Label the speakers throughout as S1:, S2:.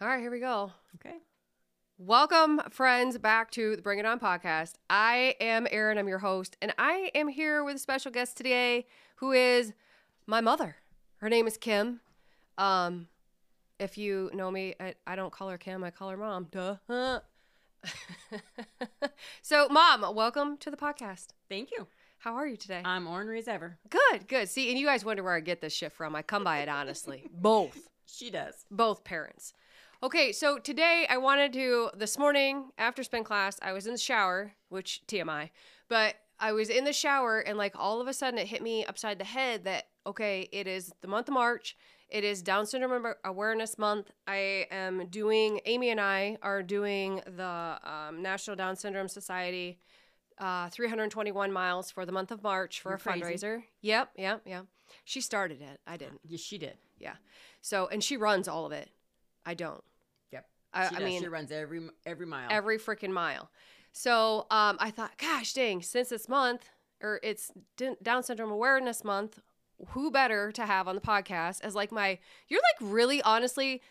S1: All right, here we go.
S2: Okay.
S1: Welcome, friends, back to the Bring It On podcast. I am Erin, I'm your host, and I am here with a special guest today who is my mother. Her name is Kim. Um, if you know me, I, I don't call her Kim, I call her mom. Duh. so, mom, welcome to the podcast.
S2: Thank you.
S1: How are you today?
S2: I'm ornery as ever.
S1: good, good. See, and you guys wonder where I get this shit from. I come by it honestly. Both.
S2: She does.
S1: both parents. Okay, so today I wanted to this morning after spin class, I was in the shower, which TMI, but I was in the shower and like all of a sudden it hit me upside the head that okay, it is the month of March. It is Down Syndrome Aware- Awareness Month. I am doing Amy and I are doing the um, National Down Syndrome Society uh, 321 miles for the month of March for
S2: You're
S1: a
S2: crazy.
S1: fundraiser. Yep, yep, yep. She started it. I didn't.
S2: Yes, she did.
S1: So, and she runs all of it. I don't.
S2: Yep.
S1: I,
S2: she
S1: I
S2: does.
S1: mean,
S2: she runs every every mile.
S1: every freaking mile. So, um, I thought, gosh dang, since it's month or it's D- Down Syndrome Awareness Month, who better to have on the podcast as like my, you're like really honestly,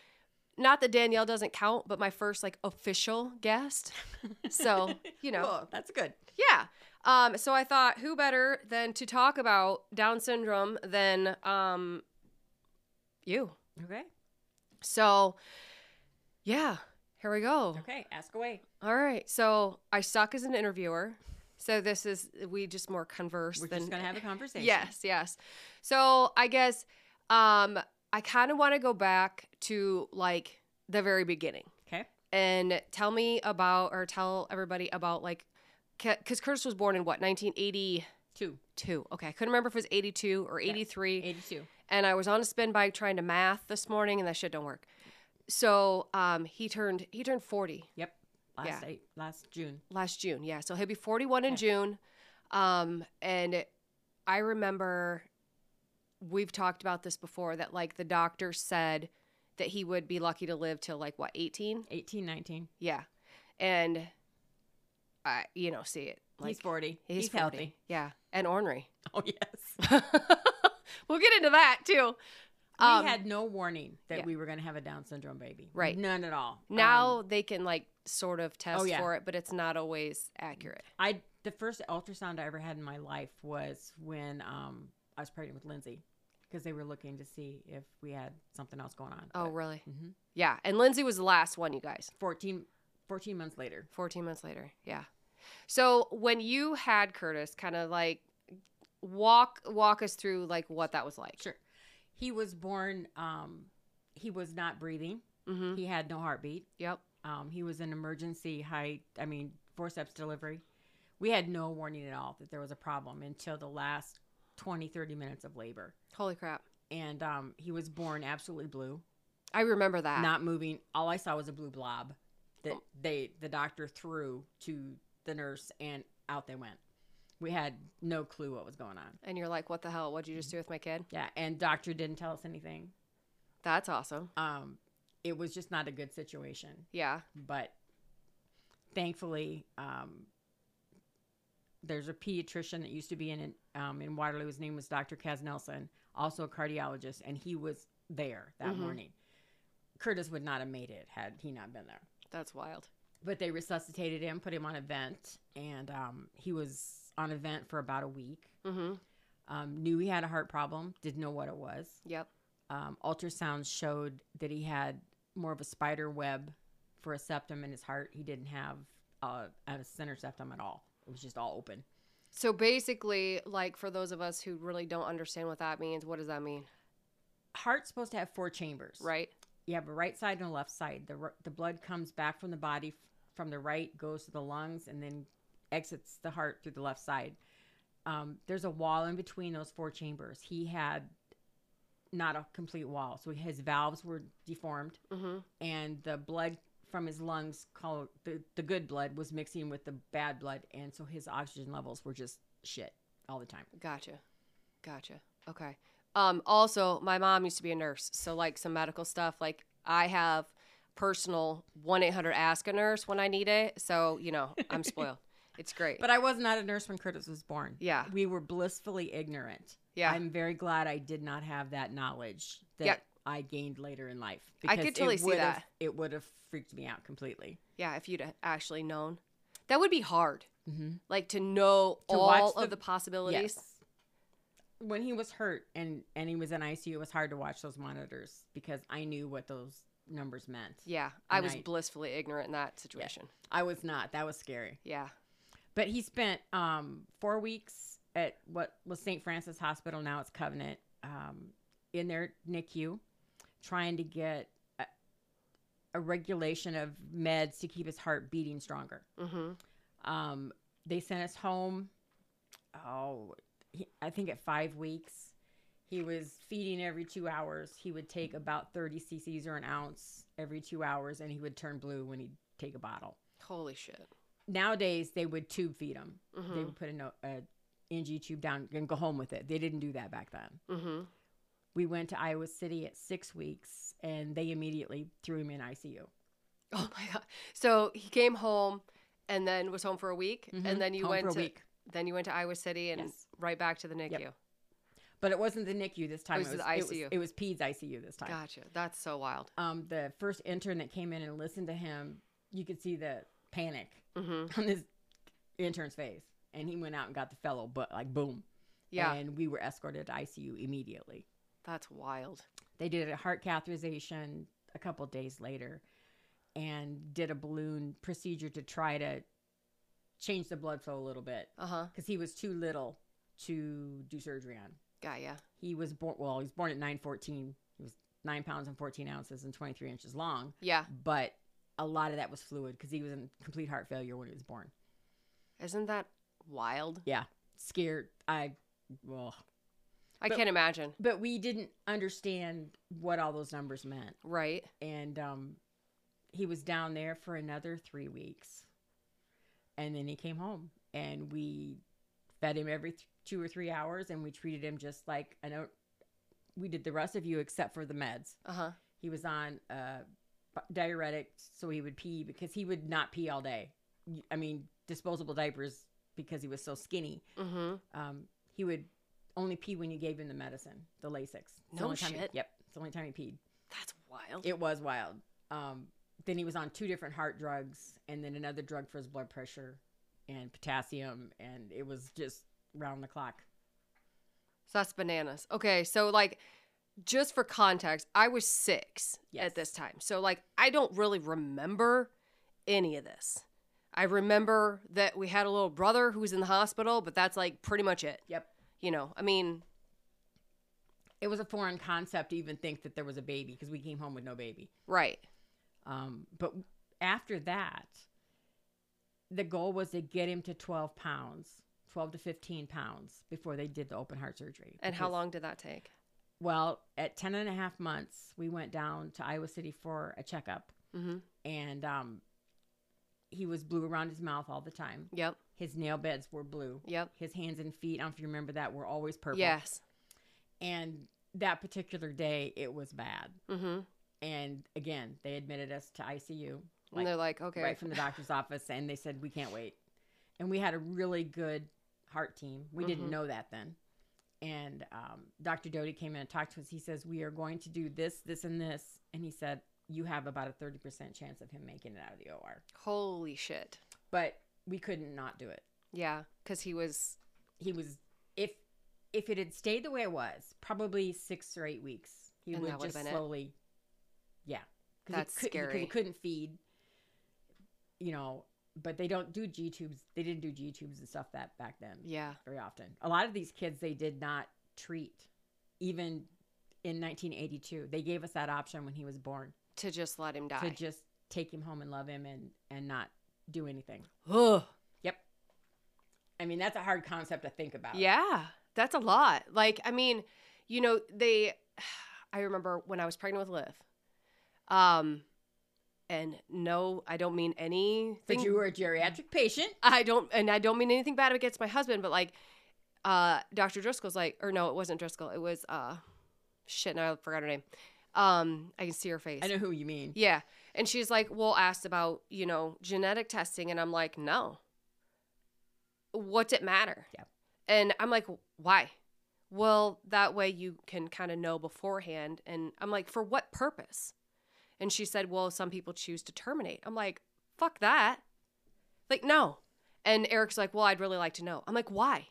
S1: not that Danielle doesn't count, but my first like official guest. So, you know.
S2: Cool. That's good.
S1: Yeah. Um, so I thought, who better than to talk about Down syndrome than um, you?
S2: Okay.
S1: So, yeah, here we go.
S2: Okay. Ask away.
S1: All right. So I suck as an interviewer. So this is we just more converse
S2: We're
S1: than
S2: just gonna have a conversation.
S1: yes, yes. So I guess um, I kind of want to go back to like the very beginning
S2: Okay.
S1: and tell me about or tell everybody about like because Curtis was born in what 1982.
S2: Two.
S1: Okay, I couldn't remember if it was 82 or
S2: Yeah.
S1: 83
S2: Eighty-two.
S1: and I was on a spin bike trying to math this morning, and that shit don't work. So um, he turned he turned forty
S2: Yep. Last
S1: Yeah.
S2: eight. Last June.
S1: last June. Yeah, so he'll be forty one in
S2: Okay.
S1: June. Um, and I remember we've talked about this before that like the doctor said that he would be lucky to live till like what eighteen?
S2: Eighteen, nineteen.
S1: Yeah, and I you know see it like
S2: he's forty.
S1: he's, 40.
S2: healthy.
S1: Yeah, and ornery.
S2: Oh yes.
S1: we'll get into that too. Um,
S2: we had no warning that
S1: yeah.
S2: we were gonna have a Down syndrome baby.
S1: Right.
S2: None at all. Um,
S1: Now they can like sort of test
S2: yeah.
S1: for it, but it's not always accurate.
S2: I the first ultrasound I ever had in my life was when um, I was pregnant with Lindsay because they were looking to see if we had something else going on.
S1: Oh, really?
S2: mm-hmm.
S1: Yeah. And Lindsay was the last one, you guys.
S2: 14, 14 months later.
S1: 14 months later. Yeah. So when you had Curtis, kind of like walk walk us through like what that was like.
S2: Sure. He was born. Um, he was not breathing.
S1: Mm-hmm.
S2: He had no heartbeat.
S1: Yep.
S2: Um, he was an emergency high. I mean, forceps delivery. We had no warning at all that there was a problem until the last 20, 30 minutes of labor.
S1: Holy crap.
S2: And um, he was born absolutely blue.
S1: I remember that.
S2: not moving. All I saw was a blue blob that they the doctor threw to the nurse, and out they went. We had no clue what was going on.
S1: and you're like, what the hell? What'd you just do with my kid?
S2: Yeah, and doctor didn't tell us anything.
S1: That's awesome.
S2: Um, it was just not a good situation.
S1: Yeah.
S2: But thankfully, um, there's a pediatrician that used to be in um, in Waterloo. His name was Dr. Kaz Nelson, also a cardiologist, and he was there that
S1: Mhm.
S2: morning. Curtis would not have made it had he not been there.
S1: That's wild.
S2: but they resuscitated him, put him on a vent, and um, he was on a vent for about a week.
S1: Mm-hmm.
S2: Um, knew he had a heart problem, didn't know what it was.
S1: Yep.
S2: Um, ultrasound showed that he had more of a spider web for a septum in his heart. He didn't have uh, a center septum at all. It was just all open.
S1: So basically, like for those of us who really don't understand what that means, what does that mean?
S2: Heart's supposed to have four chambers.
S1: Right?
S2: You have a right side and a left side. The r- the blood comes back from the body f- from the right, goes to the lungs, and then exits the heart through the left side. Um, there's a wall in between those four chambers. He had not a complete wall, so his valves were deformed,
S1: Mm-hmm.
S2: and the blood from his lungs, called the the good blood, was mixing with the bad blood, and so his oxygen levels were just shit all the time.
S1: Gotcha. Gotcha. Okay. Um, also, my mom used to be a nurse. So, like some medical stuff, like I have personal 1 800 Ask a Nurse when I need it. So, you know, I'm spoiled. it's great.
S2: But I was not a nurse when Curtis was born.
S1: yeah.
S2: we were blissfully ignorant.
S1: Yeah.
S2: I'm very glad I did not have that knowledge that
S1: Yeah.
S2: I gained later in life.
S1: I could totally
S2: it
S1: see
S2: would've-
S1: that.
S2: It would have freaked me out completely.
S1: Yeah, if you'd actually known, that would be hard.
S2: Mm-hmm.
S1: Like to know
S2: To watch
S1: all of
S2: the-
S1: the possibilities.
S2: Yes. When he was hurt and and he was in ICU, it was hard to watch those monitors because I knew what those numbers meant.
S1: Yeah, I was
S2: Night.
S1: blissfully ignorant in that situation.
S2: I was not. That was scary.
S1: Yeah.
S2: But he spent um, four weeks at what was St. Francis Hospital, now it's Covenant, um, in their NICU, trying to get a, a regulation of meds to keep his heart beating stronger.
S1: hmm
S2: Um, they sent us home. Oh, he, I think at five weeks, he was feeding every two hours. He would take about 30 cc's or an ounce every two hours, and he would turn blue when he'd take a bottle.
S1: Holy shit.
S2: Nowadays, they would tube feed him. They
S1: Mm-hmm.
S2: would put a, no- a NG tube down and go home with it. They didn't do that back then.
S1: hmm
S2: We went to Iowa City at six weeks, and they immediately threw him in ICU.
S1: Oh my god. So he came home and then was home for a week,
S2: Mhm.
S1: and then you
S2: Home
S1: went
S2: for a
S1: to
S2: week.
S1: then you went to Iowa City and
S2: Yes.
S1: right back to the NICU.
S2: But it wasn't the NICU this time.
S1: was the ICU.
S2: It was, it was PEDS ICU this time.
S1: Gotcha. That's so wild.
S2: um, the first intern that came in and listened to him, you could see the panic
S1: hmm
S2: on this intern's face. And he went out and got the fellow, but like boom.
S1: Yeah,
S2: And we were escorted to ICU immediately.
S1: that's wild.
S2: They did a heart catheterization a couple days later and did a balloon procedure to try to change the blood flow a little bit
S1: Uh huh.
S2: because he was too little to do surgery on.
S1: Got ya.
S2: He was born, well, he was born at 914. He was nine pounds and 14 ounces and 23 inches long.
S1: Yeah.
S2: but a lot of that was fluid because he was in complete heart failure when he was born.
S1: Isn't that wild?
S2: Scared, I, well,
S1: I
S2: But-
S1: can't imagine.
S2: but we didn't understand what all those numbers meant,
S1: Right.
S2: and um, he was down there for another three weeks, and then he came home, and we fed him every th- two or three hours, and we treated him just like I know we did the rest of you except for the meds.
S1: Uh huh.
S2: He was on uh, bi- diuretic, so he would pee because he would not pee all day. Y- I mean, disposable diapers because he was so skinny.
S1: Mm-hmm.
S2: Um, he would only pee when you gave him the medicine, the Lasix. It's the
S1: No
S2: only time he-
S1: shit.
S2: yep, it's the only time he peed.
S1: That's wild.
S2: It was wild. Um, then he was on two different heart drugs, and then another drug for his blood pressure, and potassium, and it was just round the clock.
S1: So that's bananas. Okay, so like just for context, I was 6
S2: Yes.
S1: at this time. So like I don't really remember any of this. I remember that we had a little brother who was in the hospital, but that's like pretty much it.
S2: Yep.
S1: You know, I mean,
S2: It was a foreign concept to even think that there was a baby because we came home with no baby.
S1: right.
S2: Um, but after that, the goal was to get him to 12 pounds, 12 to 15 pounds before they did the open heart surgery.
S1: And how
S2: Because-
S1: long did that take?
S2: Well, at 10 and a half months, we went down to Iowa City for a checkup.
S1: Mhm.
S2: And um, he was blue around his mouth all the time.
S1: Yep.
S2: His nail beds were blue.
S1: Yep.
S2: His hands and feet, I don't know if you remember that, were always purple.
S1: Yes.
S2: And that particular day, it was bad.
S1: Mhm.
S2: And again, they admitted us to ICU.
S1: and they're like, "Okay.
S2: right from the doctor's office and they said we can't wait and we had a really good heart team we didn't
S1: Mhm.
S2: know that then and um, dr doty came in and talked to us he says we are going to do this this and this and he said you have about a 30% chance of him making it out of the or
S1: Holy shit."
S2: but we couldn't not do it
S1: Yeah, cuz he was
S2: he was if if it had stayed the way it was probably six or eight weeks he
S1: And
S2: would
S1: that would've
S2: just
S1: been it.
S2: slowly yeah 'Cause he
S1: That's
S2: couldn't- because
S1: scary.
S2: he couldn't feed you know but they don't do g tubes they didn't do g tubes and stuff that back then
S1: yeah.
S2: very often a lot of these kids they did not treat even in 1982 they gave us that option when he was born
S1: To just let him die.
S2: to just take him home and love him and and not do anything
S1: Ugh.
S2: yep i mean that's a hard concept to think about
S1: Yeah, that's a lot. Like, I mean, you know, they. I remember when I was pregnant with Liv, um, and no, I don't mean anything.
S2: But you were a geriatric patient.
S1: I don't, and I don't mean anything bad against my husband, but like, uh, Dr. Driscoll's like, or no, it wasn't Driscoll. It was uh, shit. Now I forgot her name. Um, I can see her face.
S2: I know who you mean.
S1: Yeah. And she's like, well, asked about, you know, genetic testing. And I'm like, no. What's it matter?
S2: Yeah.
S1: And I'm like, why? well, that way you can kind of know beforehand. And I'm like, for what purpose? And she said, well, some people choose to terminate. I'm like, fuck that. Like, no. And Eric's like, well, I'd really like to know. I'm like, why?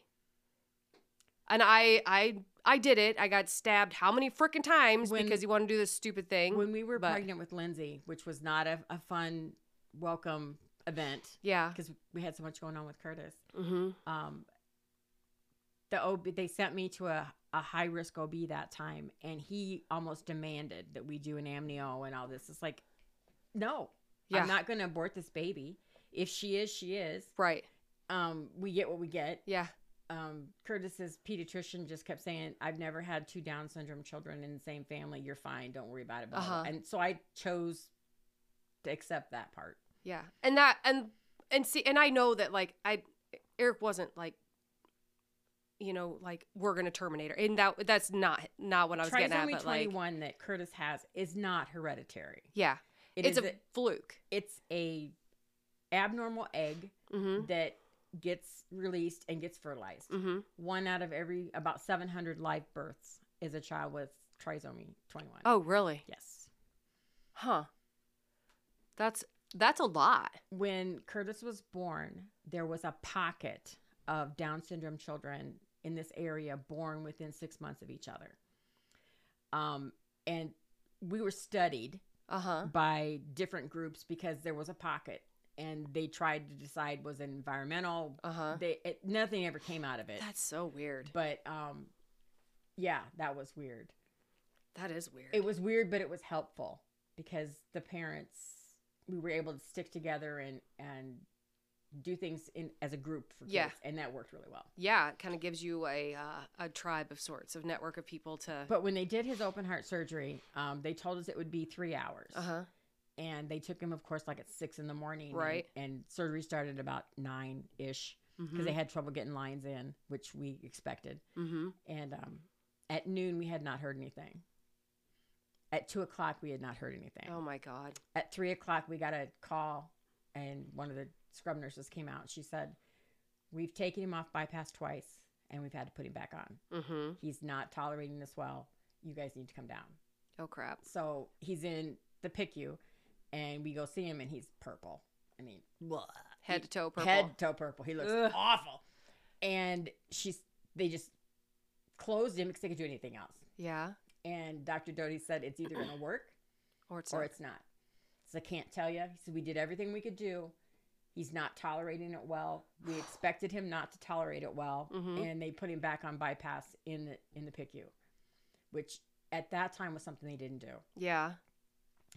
S1: And I, I, I did it. I got stabbed how many freaking times
S2: When-
S1: because you want to do this stupid thing?
S2: When we were
S1: But-
S2: pregnant with Lindsay, which was not a, a fun welcome event
S1: yeah.
S2: because we had so much going on with Curtis.
S1: Mm-hmm.
S2: Um, the OB, they sent me to a, a high risk OB that time, and he almost demanded that we do an amnio and all this. It's like, no,
S1: Yeah.
S2: I'm not going to abort this baby. If she is, she is.
S1: right.
S2: Um, we get what we get.
S1: Yeah.
S2: um, Curtis's pediatrician just kept saying, "I've never had two Down syndrome children in the same family. You're fine. Don't worry about it." blah, blah, blah."
S1: Uh-huh.
S2: And so I chose to accept that part.
S1: Yeah. And that and and see and I know that like I Eric wasn't like you know like we're going to terminate her. And that that's not not what I was getting at
S2: Trisomy
S1: but like
S2: 21 that Curtis has is not hereditary.
S1: yeah.
S2: It
S1: it's
S2: is
S1: a
S2: a,
S1: fluke.
S2: it's a abnormal egg
S1: Mhm.
S2: that gets released and gets fertilized.
S1: Mhm.
S2: One out of every about 700 live births is a child with trisomy 21.
S1: Oh, really?
S2: yes.
S1: Huh. That's that's a lot.
S2: when Curtis was born, there was a pocket of Down syndrome children in this area born within six months of each other. Um, and we were studied
S1: Uh-huh.
S2: by different groups because there was a pocket, and they tried to decide was it environmental.
S1: Uh-huh.
S2: They it, nothing ever came out of it,
S1: That's so weird.
S2: but um, yeah, that was weird.
S1: That is weird.
S2: It was weird, but it was helpful because the parents we were able to stick together and and do things in as a group for kids,
S1: Yeah.
S2: and that worked really well.
S1: yeah, it kind of gives you a uh, a tribe of sorts, of network of people to
S2: But when they did his open heart surgery, um, they told us it would be three hours,
S1: Uh-huh.
S2: and they took him, of course, like at six in the morning, and-
S1: Right.
S2: And, surgery started about nine ish because
S1: Mhm.
S2: they had trouble getting lines in, which we expected.
S1: Mhm.
S2: And um, at noon, we had not heard anything. At two o'clock, we had not heard anything.
S1: Oh my god.
S2: at three o'clock we got a call and one of the scrub nurses came out and she said we've taken him off bypass twice and we've had to put him back on
S1: Mhm.
S2: he's not tolerating this well you guys need to come down
S1: Oh crap.
S2: so he's in the picu and we go see him and he's purple i mean blah.
S1: Head
S2: He-
S1: to toe purple.
S2: head to purple he looks
S1: Ugh.
S2: awful and she's they just closed him because they could do anything else
S1: Yeah.
S2: and dr doty said it's either going to work
S1: Or it's
S2: or
S1: not.
S2: it's not. So I can't tell you. He said we did everything we could do. He's not tolerating it well. We expected him not to tolerate it well,
S1: Mhm.
S2: and they put him back on bypass in the in the PICU, which at that time was something they didn't do.
S1: Yeah.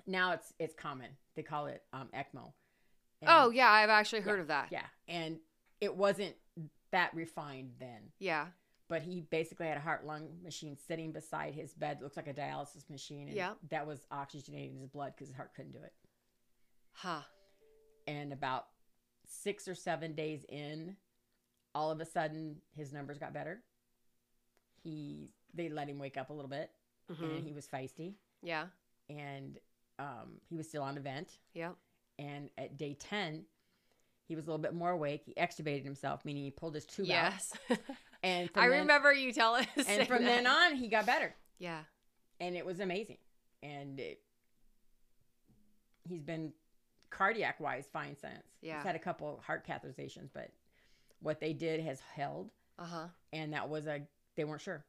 S2: Now it's it's common. They call it um, ECMO. And-
S1: Oh yeah, I've actually heard of that. Yeah.
S2: yeah, and it wasn't that refined then.
S1: Yeah.
S2: But he basically had a heart lung machine sitting beside his bed, looks like a dialysis machine, and
S1: Yep.
S2: that was oxygenating his blood because his heart couldn't do it.
S1: Huh.
S2: and about six or seven days in, all of a sudden his numbers got better. He they let him wake up a little bit,
S1: Mhm.
S2: and he was feisty,
S1: Yeah.
S2: and um, he was still on a vent.
S1: Yep.
S2: And at day ten, he was a little bit more awake. He extubated himself, meaning he pulled his tube out.
S1: Yes.
S2: And from
S1: I
S2: then-
S1: remember you tell us.
S2: And from then on, he got better,
S1: Yeah.
S2: and it was amazing. And it, he's been cardiac wise fine since.
S1: Yeah.
S2: He's had a couple heart catheterizations, but what they did has held.
S1: Uh huh.
S2: and that was a they weren't sure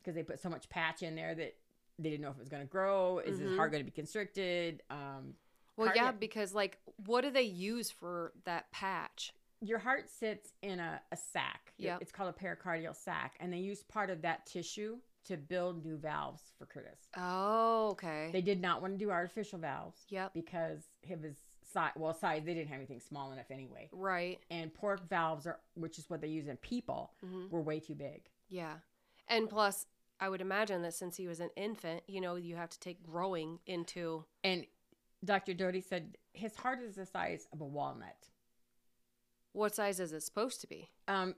S2: because they put so much patch in there that they didn't know if it was going to grow. Is
S1: Mhm.
S2: his heart going to be constricted? Um,
S1: Well, yeah,
S2: Cardiac.
S1: because like, what do they use for that patch?
S2: your heart sits in a, a sac. Your-
S1: Yep.
S2: It's called a pericardial sac, and they use part of that tissue to build new valves for Curtis.
S1: Oh, okay.
S2: They did not want to do artificial valves
S1: yep.
S2: because of his size. Well, size they didn't have anything small enough anyway.
S1: Right.
S2: And pork valves are, which is what they use in people,
S1: hmm
S2: were way too big.
S1: Yeah. And plus, I would imagine that since he was an infant, you know, you have to take growing into.
S2: And Dr. Doty said his heart is the size of a walnut.
S1: What size is it supposed to be?
S2: Um,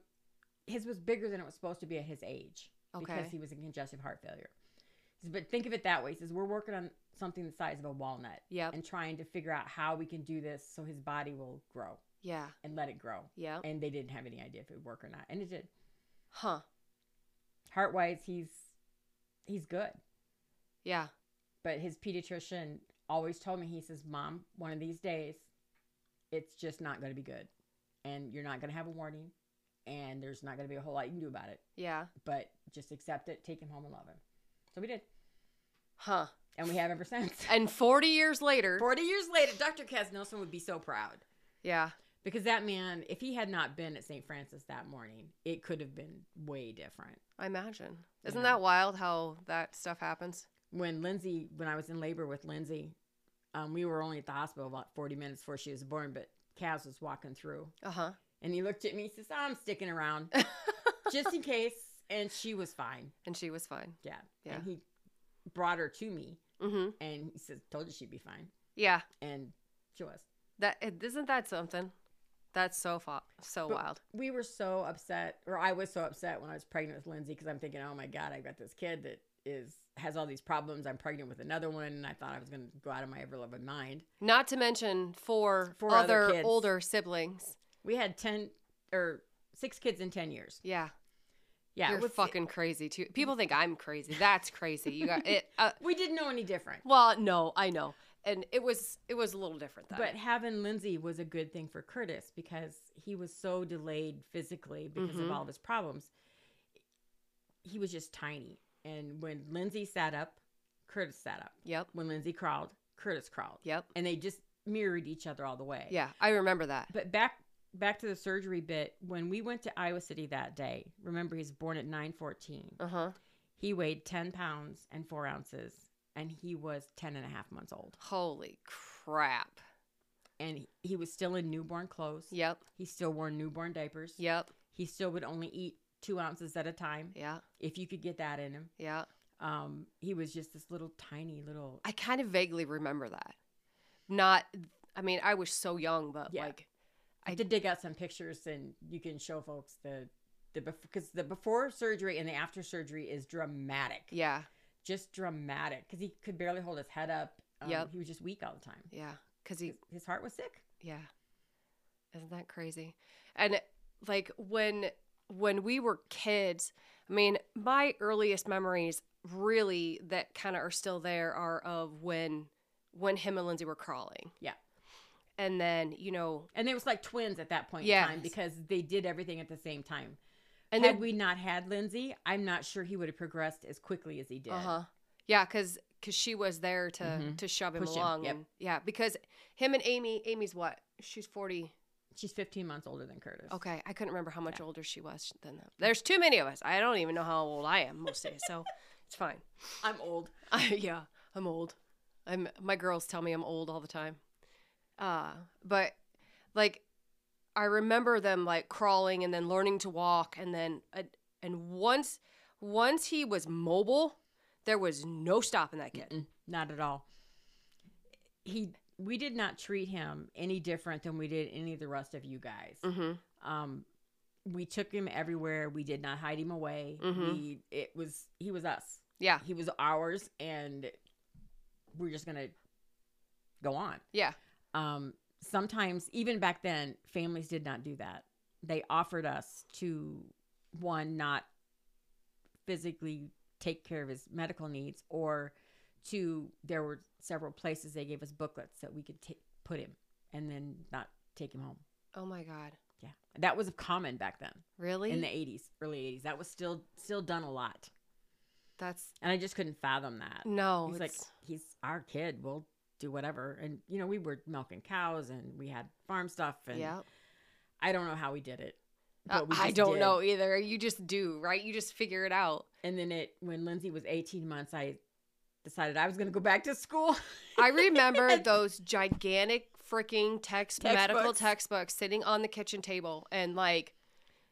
S2: his was bigger than it was supposed to be at his age
S1: Okay.
S2: because he was in congestive heart failure. He said, But think of it that way. He says we're working on something the size of a walnut
S1: Yep.
S2: and trying to figure out how we can do this so his body will grow
S1: Yeah.
S2: and let it grow.
S1: Yep.
S2: And they didn't have any idea if it would work or not, and it did.
S1: Huh.
S2: heart wise, he's he's good.
S1: Yeah.
S2: But his pediatrician always told me, he says, Mom, one of these days, it's just not going to be good. And you're not going to have a warning. And there's not going to be a whole lot you can do about it.
S1: Yeah.
S2: But just accept it, take him home, and love him. So we did.
S1: Huh.
S2: And we have ever since.
S1: And 40 years later.
S2: 40 years later, Dr. Kaz Nelson would be so proud.
S1: Yeah.
S2: Because that man, if he had not been at St. Francis that morning, it could have been way different.
S1: I imagine.
S2: You
S1: Isn't
S2: know.
S1: that wild how that stuff happens?
S2: When Lindsay, when I was in labor with Lindsay, um, we were only at the hospital about 40 minutes before she was born, but Kaz was walking through
S1: Uh huh.
S2: and he looked at me and says, I'm sticking around just in case. And she was fine.
S1: And she was fine.
S2: Yeah.
S1: Yeah.
S2: And he brought her to me
S1: Mm hmm.
S2: and he says, Told you she'd be fine.
S1: Yeah.
S2: And she was.
S1: That isn't that something. That's so fa- so
S2: But-
S1: wild.
S2: we were so upset, or I was so upset when I was pregnant with Lindsay because I'm thinking, oh my god, I've got this kid that is has all these problems. I'm pregnant with another one, and I thought I was going to go out of my ever loving mind.
S1: Not to mention four,
S2: Four other
S1: other,
S2: kids.
S1: older siblings.
S2: We had ten or six kids in ten years.
S1: Yeah,
S2: Yeah, it
S1: you're
S2: was-
S1: fucking crazy too. People think I'm crazy. That's crazy. You got it. Uh,
S2: We didn't know any different,
S1: well, no, I know, and it was it was a little different then.
S2: but having Lindsay was a good thing for Curtis because he was so delayed physically because of
S1: Mhm.
S2: all of his problems. He was just tiny, and when Lindsay sat up, Curtis sat up.
S1: yep,
S2: When Lindsay crawled, Curtis crawled.
S1: yep,
S2: and they just mirrored each other all the way.
S1: yeah. I remember that.
S2: But back back to the surgery bit, when we went to Iowa City that day, remember he's born at 914.
S1: Uh huh.
S2: He weighed 10 pounds and 4 ounces and he was 10 and a half months old.
S1: Holy crap.
S2: And he- he was still in newborn clothes.
S1: Yep,
S2: He still wore newborn diapers.
S1: yep,
S2: He still would only eat 2 ounces at a time
S1: yeah,
S2: if you could get that in him.
S1: yeah.
S2: Um he was just this little tiny little
S1: I kind of vaguely remember that. Not, I mean, I was so young, but
S2: Yeah.
S1: like,
S2: I did dig out some pictures, and you can show folks the the because the before surgery and the after surgery is dramatic,
S1: yeah,
S2: just dramatic. Because he could barely hold his head up. Um,
S1: Yep.
S2: he was just weak all the time.
S1: yeah. Because he
S2: His, his heart was sick.
S1: Yeah. Isn't that crazy? And like when when we were kids, I mean, my earliest memories really that kind of are still there are of when when him and Lindsay were crawling.
S2: Yeah.
S1: And then, you know,
S2: And they was like twins at that point in time
S1: Yes.
S2: because they did everything at the same time.
S1: and
S2: had
S1: then
S2: we not had Lindsay, I'm not sure he would have progressed as quickly as he did.
S1: Uh-huh. Yeah, cuz cuz she was there to
S2: Mhm.
S1: to shove him
S2: Push him,
S1: along
S2: yep.
S1: and yeah, because him and Amy, Amy's what? She's 40.
S2: She's 15 months older than Curtis.
S1: Okay, I couldn't remember how much
S2: Yeah.
S1: older she was than them. There's too many of us. I don't even know how old I am most days, so it's fine.
S2: I'm old.
S1: I, yeah, I'm old. I'm my girls tell me I'm old all the time. Uh, but like I remember them like crawling and then learning to walk and then uh, and once once he was mobile, there was no stopping that kid.
S2: Mm-mm, not at all. He we did not treat him any different than we did any of the rest of you guys.
S1: Mhm.
S2: Um, we took him everywhere. We did not hide him away.
S1: Mhm.
S2: We it was he was us.
S1: Yeah.
S2: He was ours, and we're just gonna go on.
S1: Yeah.
S2: Um, sometimes even back then, families did not do that. They offered us to one not physically take care of his medical needs, or two there were several places they gave us booklets that we could ta- put him and then not take him home.
S1: Oh my god.
S2: Yeah, that was common back then
S1: Really?
S2: in the '80s, early '80s. That was still still done a lot,
S1: That's
S2: and I just couldn't fathom that.
S1: no.
S2: he's like,
S1: it's-
S2: he's our kid. We'll do whatever. And you know, we were milking cows, and we had farm stuff, and
S1: yeah.
S2: I don't know how we did it.
S1: Uh,
S2: we
S1: I
S2: just
S1: don't
S2: did.
S1: know either. You just do, right? You just figure it out.
S2: And then it, when Lindsay was 18 months, I decided I was going to go back to school.
S1: I remember those gigantic freaking text medical
S2: Textbooks.
S1: textbooks sitting on the kitchen table and like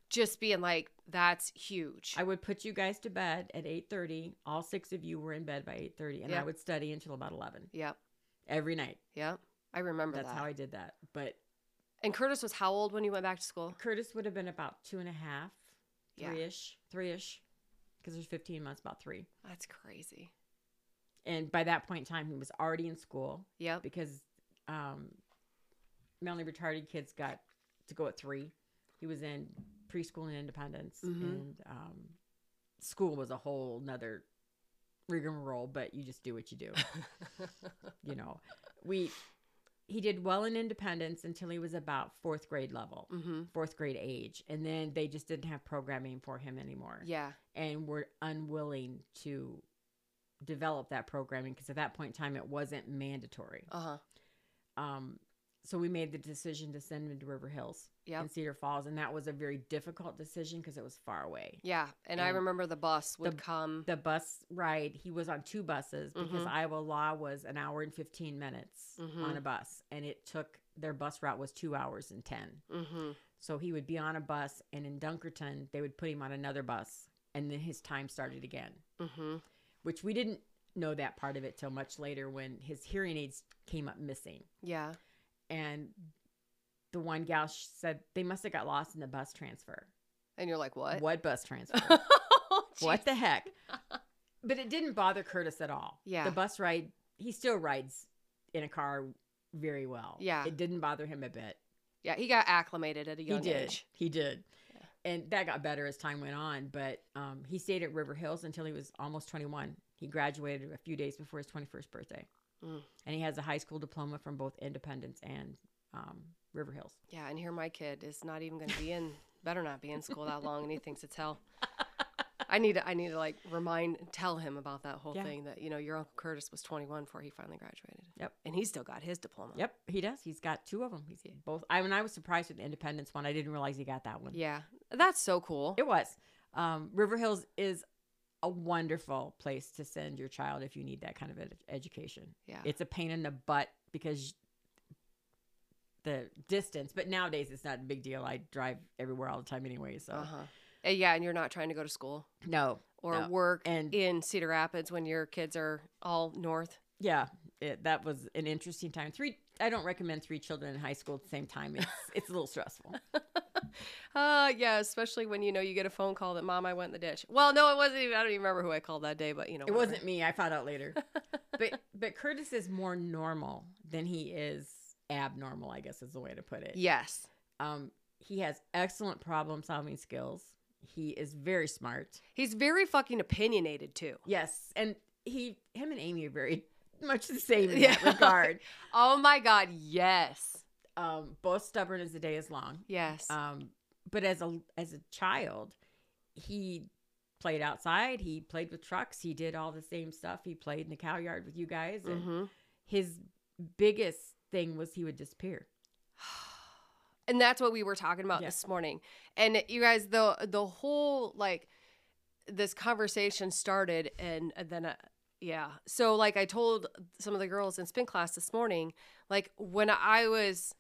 S1: just being like, that's huge.
S2: I would put you guys to bed at 8:30. All six of you were in bed by 8:30, and I
S1: Yeah.
S2: would study until about 11
S1: yep.
S2: every night.
S1: Yep. I remember
S2: That's
S1: that.
S2: how I did that. But
S1: and Curtis was how old when you went back to school?
S2: Curtis would have been about two and a half,
S1: Yeah.
S2: three ish, three ish, because there's 15 months, about three.
S1: That's crazy.
S2: And by that point in time, he was already in school
S1: Yep.
S2: because um, mentally retarded kids got to go at three. He was in preschool in Independence,
S1: Mhm.
S2: and um, school was a whole nother rigmarole, but you just do what you do. you know, we he did well in independence until he was about fourth grade level,
S1: hmm
S2: fourth grade age, and then they just didn't have programming for him anymore,
S1: Yeah.
S2: and were unwilling to develop that programming because at that point in time it wasn't mandatory.
S1: Uh huh.
S2: Um, so we made the decision to send him to River Hills
S1: Yep.
S2: and Cedar Falls, and that was a very difficult decision because it was far away.
S1: Yeah. And, I
S2: And
S1: remember the bus would
S2: the-
S1: come.
S2: the bus ride he was on two buses because
S1: Mhm.
S2: iowa law was an hour and 15 minutes
S1: Mhm.
S2: on a bus and it took their bus route was two hours and 10
S1: hmm
S2: so he would be on a bus and in dunkerton they would put him on another bus and then his time started again
S1: hmm
S2: which we didn't know that part of it till much later when his hearing aids came up missing
S1: Yeah.
S2: and the one gal sh- said they must have got lost in the bus transfer
S1: And you're like, what? Oh,
S2: what bus
S1: Jeez.
S2: transfer what the heck? But it didn't bother Curtis at all.
S1: Yeah.
S2: The bus ride, he still rides in a car very well.
S1: Yeah.
S2: It didn't bother him a bit.
S1: Yeah. He got acclimated at a young
S2: he did.
S1: age.
S2: He did.
S1: Yeah.
S2: And that got better as time went on. But um, he stayed at River Hills until he was almost 21. He graduated a few days before his 21st birthday.
S1: Mm.
S2: And he has a high school diploma from both Independence and um, River Hills.
S1: Yeah. And here my kid is not even going to be in, better not be in school that long. And he thinks it's hell. I need to, I need to like remind, tell him about that whole
S2: Yeah.
S1: thing that, you know, your Uncle Curtis was 21 before he finally graduated.
S2: Yep.
S1: And he still got his diploma.
S2: Yep, he does. He's got two of them. He's both. I mean, I was surprised with the Independence one. I didn't realize he got that one.
S1: Yeah. That's so cool.
S2: It was. Um, River Hills is a wonderful place to send your child if you need that kind of ed- education.
S1: yeah.
S2: It's a pain in the butt because the distance, but nowadays it's not a big deal. I drive everywhere all the time anyway. So,
S1: Uh huh. Yeah. And you're not trying to go to school
S2: no.
S1: or
S2: No.
S1: work
S2: And
S1: in Cedar Rapids when your kids are all north.
S2: yeah, it, that was an interesting time. Three, I don't recommend three children in high school at the same time. It's, it's a little stressful.
S1: Uh yeah, especially when you know you get a phone call that mom I went in the ditch. Well, no, it wasn't even I don't even remember who I called that day, but you know
S2: It
S1: whatever.
S2: wasn't me. I found out later. but but Curtis is more normal than he is abnormal, I guess is the way to put it.
S1: Yes.
S2: Um, he has excellent problem solving skills. He is very smart.
S1: He's very fucking opinionated too.
S2: Yes, and he, him, and Amy are very much the same in that
S1: Yeah.
S2: regard.
S1: Oh my god, yes. Uh,
S2: Um, both stubborn as the day is long.
S1: Yes.
S2: Um, but as a as a child, he played outside. He played with trucks. He did all the same stuff. He played in the cow yard with you guys. And
S1: hmm
S2: his biggest thing was he would disappear.
S1: And that's what we were talking about
S2: Yeah.
S1: this morning. And you guys the the whole like this conversation started and, and then uh, yeah. So like I told some of the girls in spin class this morning, like when I was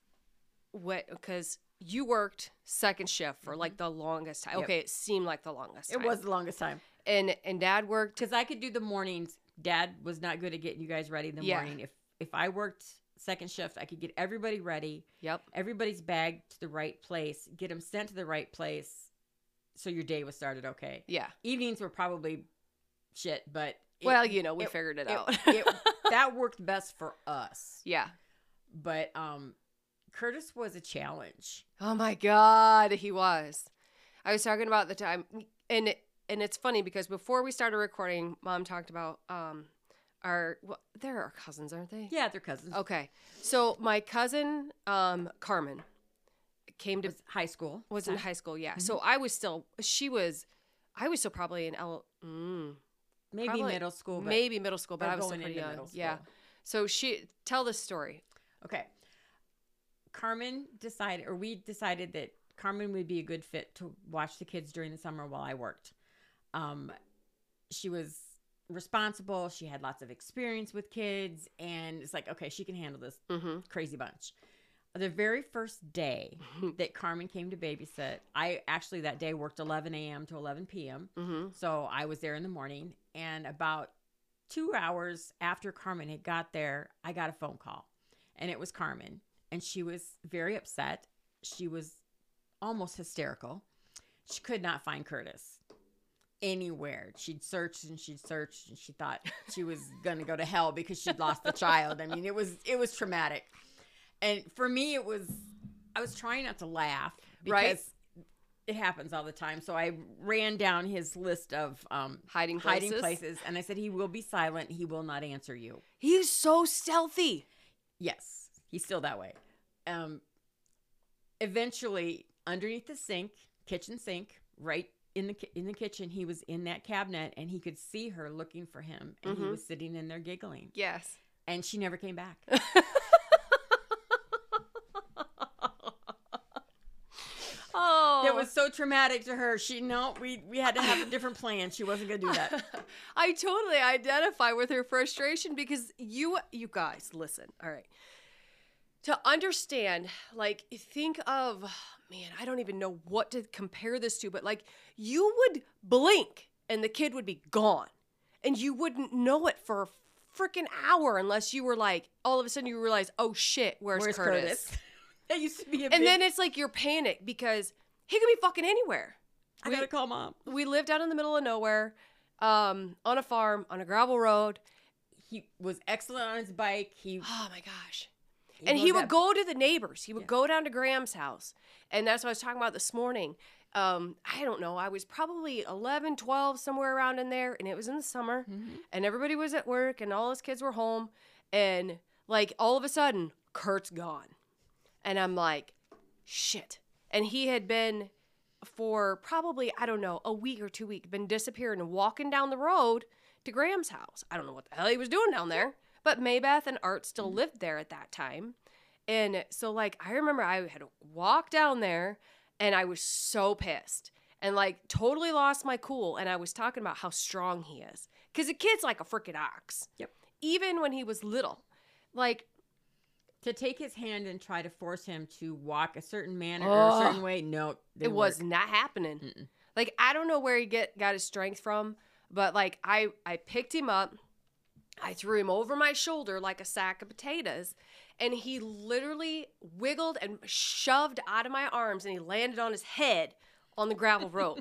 S1: what because you worked second shift for like the longest time.
S2: Mm-hmm. Yep.
S1: Okay, it seemed like the longest.
S2: It
S1: time.
S2: was the longest time
S1: and and dad worked.
S2: because I could do the mornings. Dad was not good at getting you guys ready in the
S1: Yeah.
S2: morning. If if I worked second shift, I could get everybody ready,
S1: Yep.
S2: everybody's bag to the right place, get them sent to the right place, so your day was started okay.
S1: Yeah.
S2: Evenings were probably shit, but it-
S1: well, you know, we
S2: it-
S1: figured it,
S2: it-
S1: out.
S2: it- that worked best for us.
S1: yeah.
S2: But um, Curtis was a challenge.
S1: Oh my god, he was. I was talking about the time and and it's funny because before we started recording, mom talked about um our well, they're our cousins, aren't they?
S2: Yeah, they're cousins.
S1: Okay. So my cousin um Carmen came to
S2: was high school
S1: was in high school,
S2: Mm-hmm.
S1: yeah. So I was still she was I was still probably in L mm,
S2: maybe
S1: probably-
S2: middle school, but
S1: maybe middle school, but
S2: or
S1: I was still
S2: going
S1: pretty
S2: into
S1: young.
S2: middle
S1: Yeah.
S2: school.
S1: So she tell the story.
S2: Okay. Carmen decided, or we decided that Carmen would be a good fit to watch the kids during the summer while I worked. Um, she was responsible. She had lots of experience with kids, and it's like, okay, she can handle this
S1: Mm-hmm.
S2: crazy bunch. The very first day that Carmen came to babysit, I actually that day worked 11 a.m. to 11 p.m.
S1: mm-hmm.
S2: So I was there in the morning, and about two hours after Carmen had got there, I got a phone call, and it was Carmen, and she was very upset. She was almost hysterical. She could not find Curtis anywhere. She'd searched and she'd searched, and she thought she was gonna go to hell because she'd lost the child. I mean, it was it was traumatic, and for me, it was. I was trying not to laugh because
S1: Right.
S2: it happens all the time. So I ran down his list of um,
S1: Hiding places.
S2: hiding places, and I said he will be silent. He will not answer you.
S1: He's so stealthy.
S2: Yes, he's still that way. Um, eventually, underneath the sink, kitchen sink, right in the ki- in the kitchen, he was in that cabinet, and he could see her looking for him, and he
S1: Mhm.
S2: was sitting in there giggling,
S1: Yes.
S2: and she never came back.
S1: Oh.
S2: It was so traumatic to her. She no, we we had to have a different plan. She wasn't gonna do that.
S1: I totally identify with her frustration because you you guys listen. All right. To understand, like think of man, I don't even know what to compare this to, but like you would blink and the kid would be gone. And you wouldn't know it for a freaking hour unless you were like all of a sudden you realize, "Oh shit, where's, Curtis?
S2: that used to be a
S1: And then it's like your panic because he could be fucking anywhere
S2: I gotta call mom.
S1: we lived out in the middle of nowhere um, on a farm on a gravel road
S2: He was excellent on his bike. He
S1: oh my gosh and he
S2: rode
S1: would
S2: that-
S1: go to the neighbors he would
S2: Yeah.
S1: go down to graham's house and that's what i was talking about this morning um, i don't know i was probably 11 12 somewhere around in there and it was in the summer
S2: Mhm.
S1: and everybody was at work and all his kids were home and like all of a sudden kurt's gone and i'm like shit and he had been for probably i don't know a week or two week been disappearing and walking down the road to graham's house i don't know what the hell he was doing down there but maybeth and art still lived there at that time and so like i remember i had walked down there and i was so pissed and like totally lost my cool and i was talking about how strong he is because the kid's like a freaking ox
S2: Yep.
S1: even when he was little like
S2: to take his hand and try to force him to walk a certain manner or a
S1: Ugh.
S2: certain way. No,
S1: it
S2: didn't
S1: was
S2: work.
S1: not happening
S2: Mm-mm.
S1: like i don't know where he get got his strength from but like i i picked him up i threw him over my shoulder like a sack of potatoes and he literally wiggled and shoved out of my arms and he landed on his head on the gravel road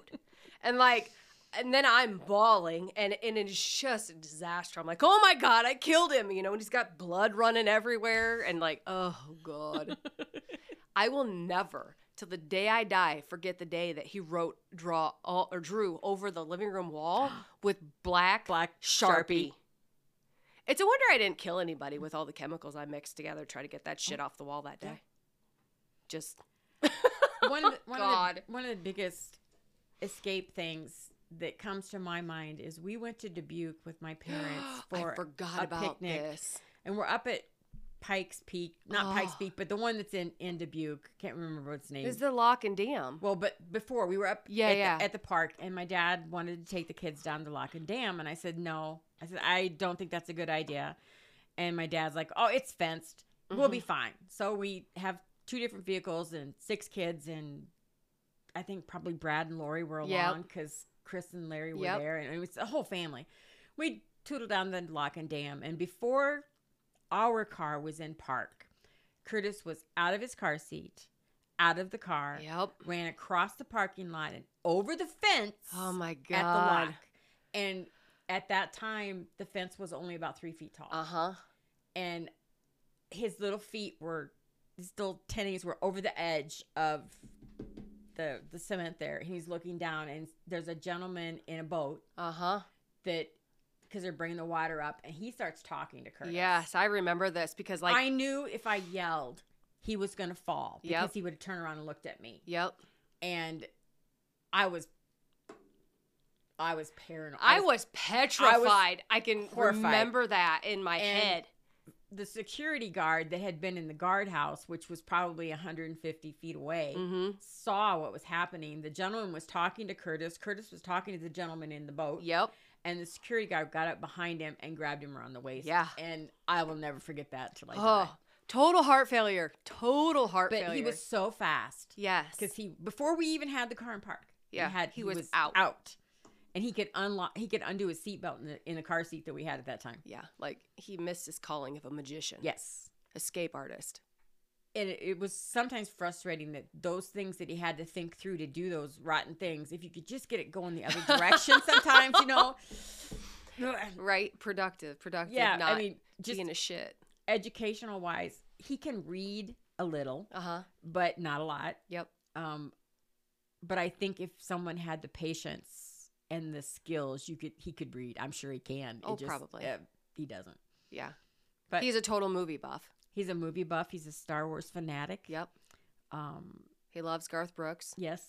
S1: and like and then i'm bawling and, and it's just a disaster i'm like oh my god i killed him you know and he's got blood running everywhere and like oh god I will never, till the day I die, forget the day that he wrote, draw, all, or drew over the living room wall with black,
S2: Black
S1: sharpie.
S2: Sharpie.
S1: It's a wonder I didn't kill anybody with all the chemicals I mixed together to try to get that shit off the wall that day.
S2: Oh. Yeah.
S1: Just
S2: One of the, one,
S1: God.
S2: Of the, one of the biggest escape things that comes to my mind is we went to Dubuque with my parents
S1: I
S2: for
S1: forgot
S2: a
S1: about
S2: picnic.
S1: this.
S2: and we're up at Pikes Peak, not Pikes
S1: Oh.
S2: Peak, but the one that's in in Dubuque. Can't remember what its name.
S1: Is the lock and dam?
S2: well, but before we were up
S1: Yeah,
S2: at,
S1: yeah.
S2: The, at the park, and my dad wanted to take the kids down to Lock and Dam, and I said no. I said I don't think that's a good idea, and my dad's like, oh, it's fenced.
S1: Mm-hmm.
S2: We'll be fine. So we have two different vehicles and six kids, and I think probably Brad and Lori were along
S1: Yep.
S2: because Chris and Larry were
S1: Yep.
S2: there, and it was the whole family. We tootled down the lock and dam, and before our car was in park, Curtis was out of his car seat, out of the car,
S1: Mhm. Yep.
S2: ran across the parking lot and over the fence
S1: Oh my god.
S2: at the lock. And at that time, the fence was only about three feet tall
S1: Uh huh.
S2: and his little feet were his little tennies were over the edge of the the cement there. He's looking down and there's a gentleman in a boat
S1: Uh huh.
S2: that because they're bringing the water up and he starts talking to Curtis.
S1: Yes, I remember this because like.
S2: I knew if I yelled, he was gonna fall because
S1: Yep.
S2: he would have turned around and looked at me.
S1: Yep.
S2: And I was I was paranoid.
S1: I was petrified. I, can
S2: horrified.
S1: remember that in my
S2: And-
S1: head.
S2: the security guard that had been in the guardhouse, which was probably 150 feet away,
S1: Mm-hmm.
S2: saw what was happening. The gentleman was talking to Curtis. Curtis was talking to the gentleman in the boat.
S1: Yep.
S2: And the security guard got up behind him and grabbed him around the waist.
S1: Yeah.
S2: And I will never forget that till I die.
S1: Oh, total heart failure. Total heart
S2: But
S1: failure.
S2: he was so fast
S1: yes.
S2: because he before we even had the car in park.
S1: Yeah,
S2: He, had,
S1: he was out.
S2: Out. And he could unlock. He could undo his seatbelt in the in the car seat that we had at that time.
S1: yeah, like he missed his calling of a magician.
S2: Yes.
S1: Escape artist.
S2: and it, it was sometimes frustrating that those things that he had to think through to do those rotten things if you could just get it going the other direction sometimes you know
S1: Right? Productive. Productive.
S2: yeah
S1: not
S2: i mean just
S1: being a shit.
S2: educational wise he can read a little
S1: Uh huh.
S2: but not a lot
S1: Yep.
S2: um but I think if someone had the patience and the skills, you could he could read. I'm sure he can. It
S1: Oh, probably.
S2: uh, he doesn't.
S1: Yeah.
S2: But-
S1: he's a total movie buff.
S2: He's a movie buff. He's a Star Wars fanatic.
S1: Yep.
S2: Um.
S1: He loves Garth Brooks
S2: Yes.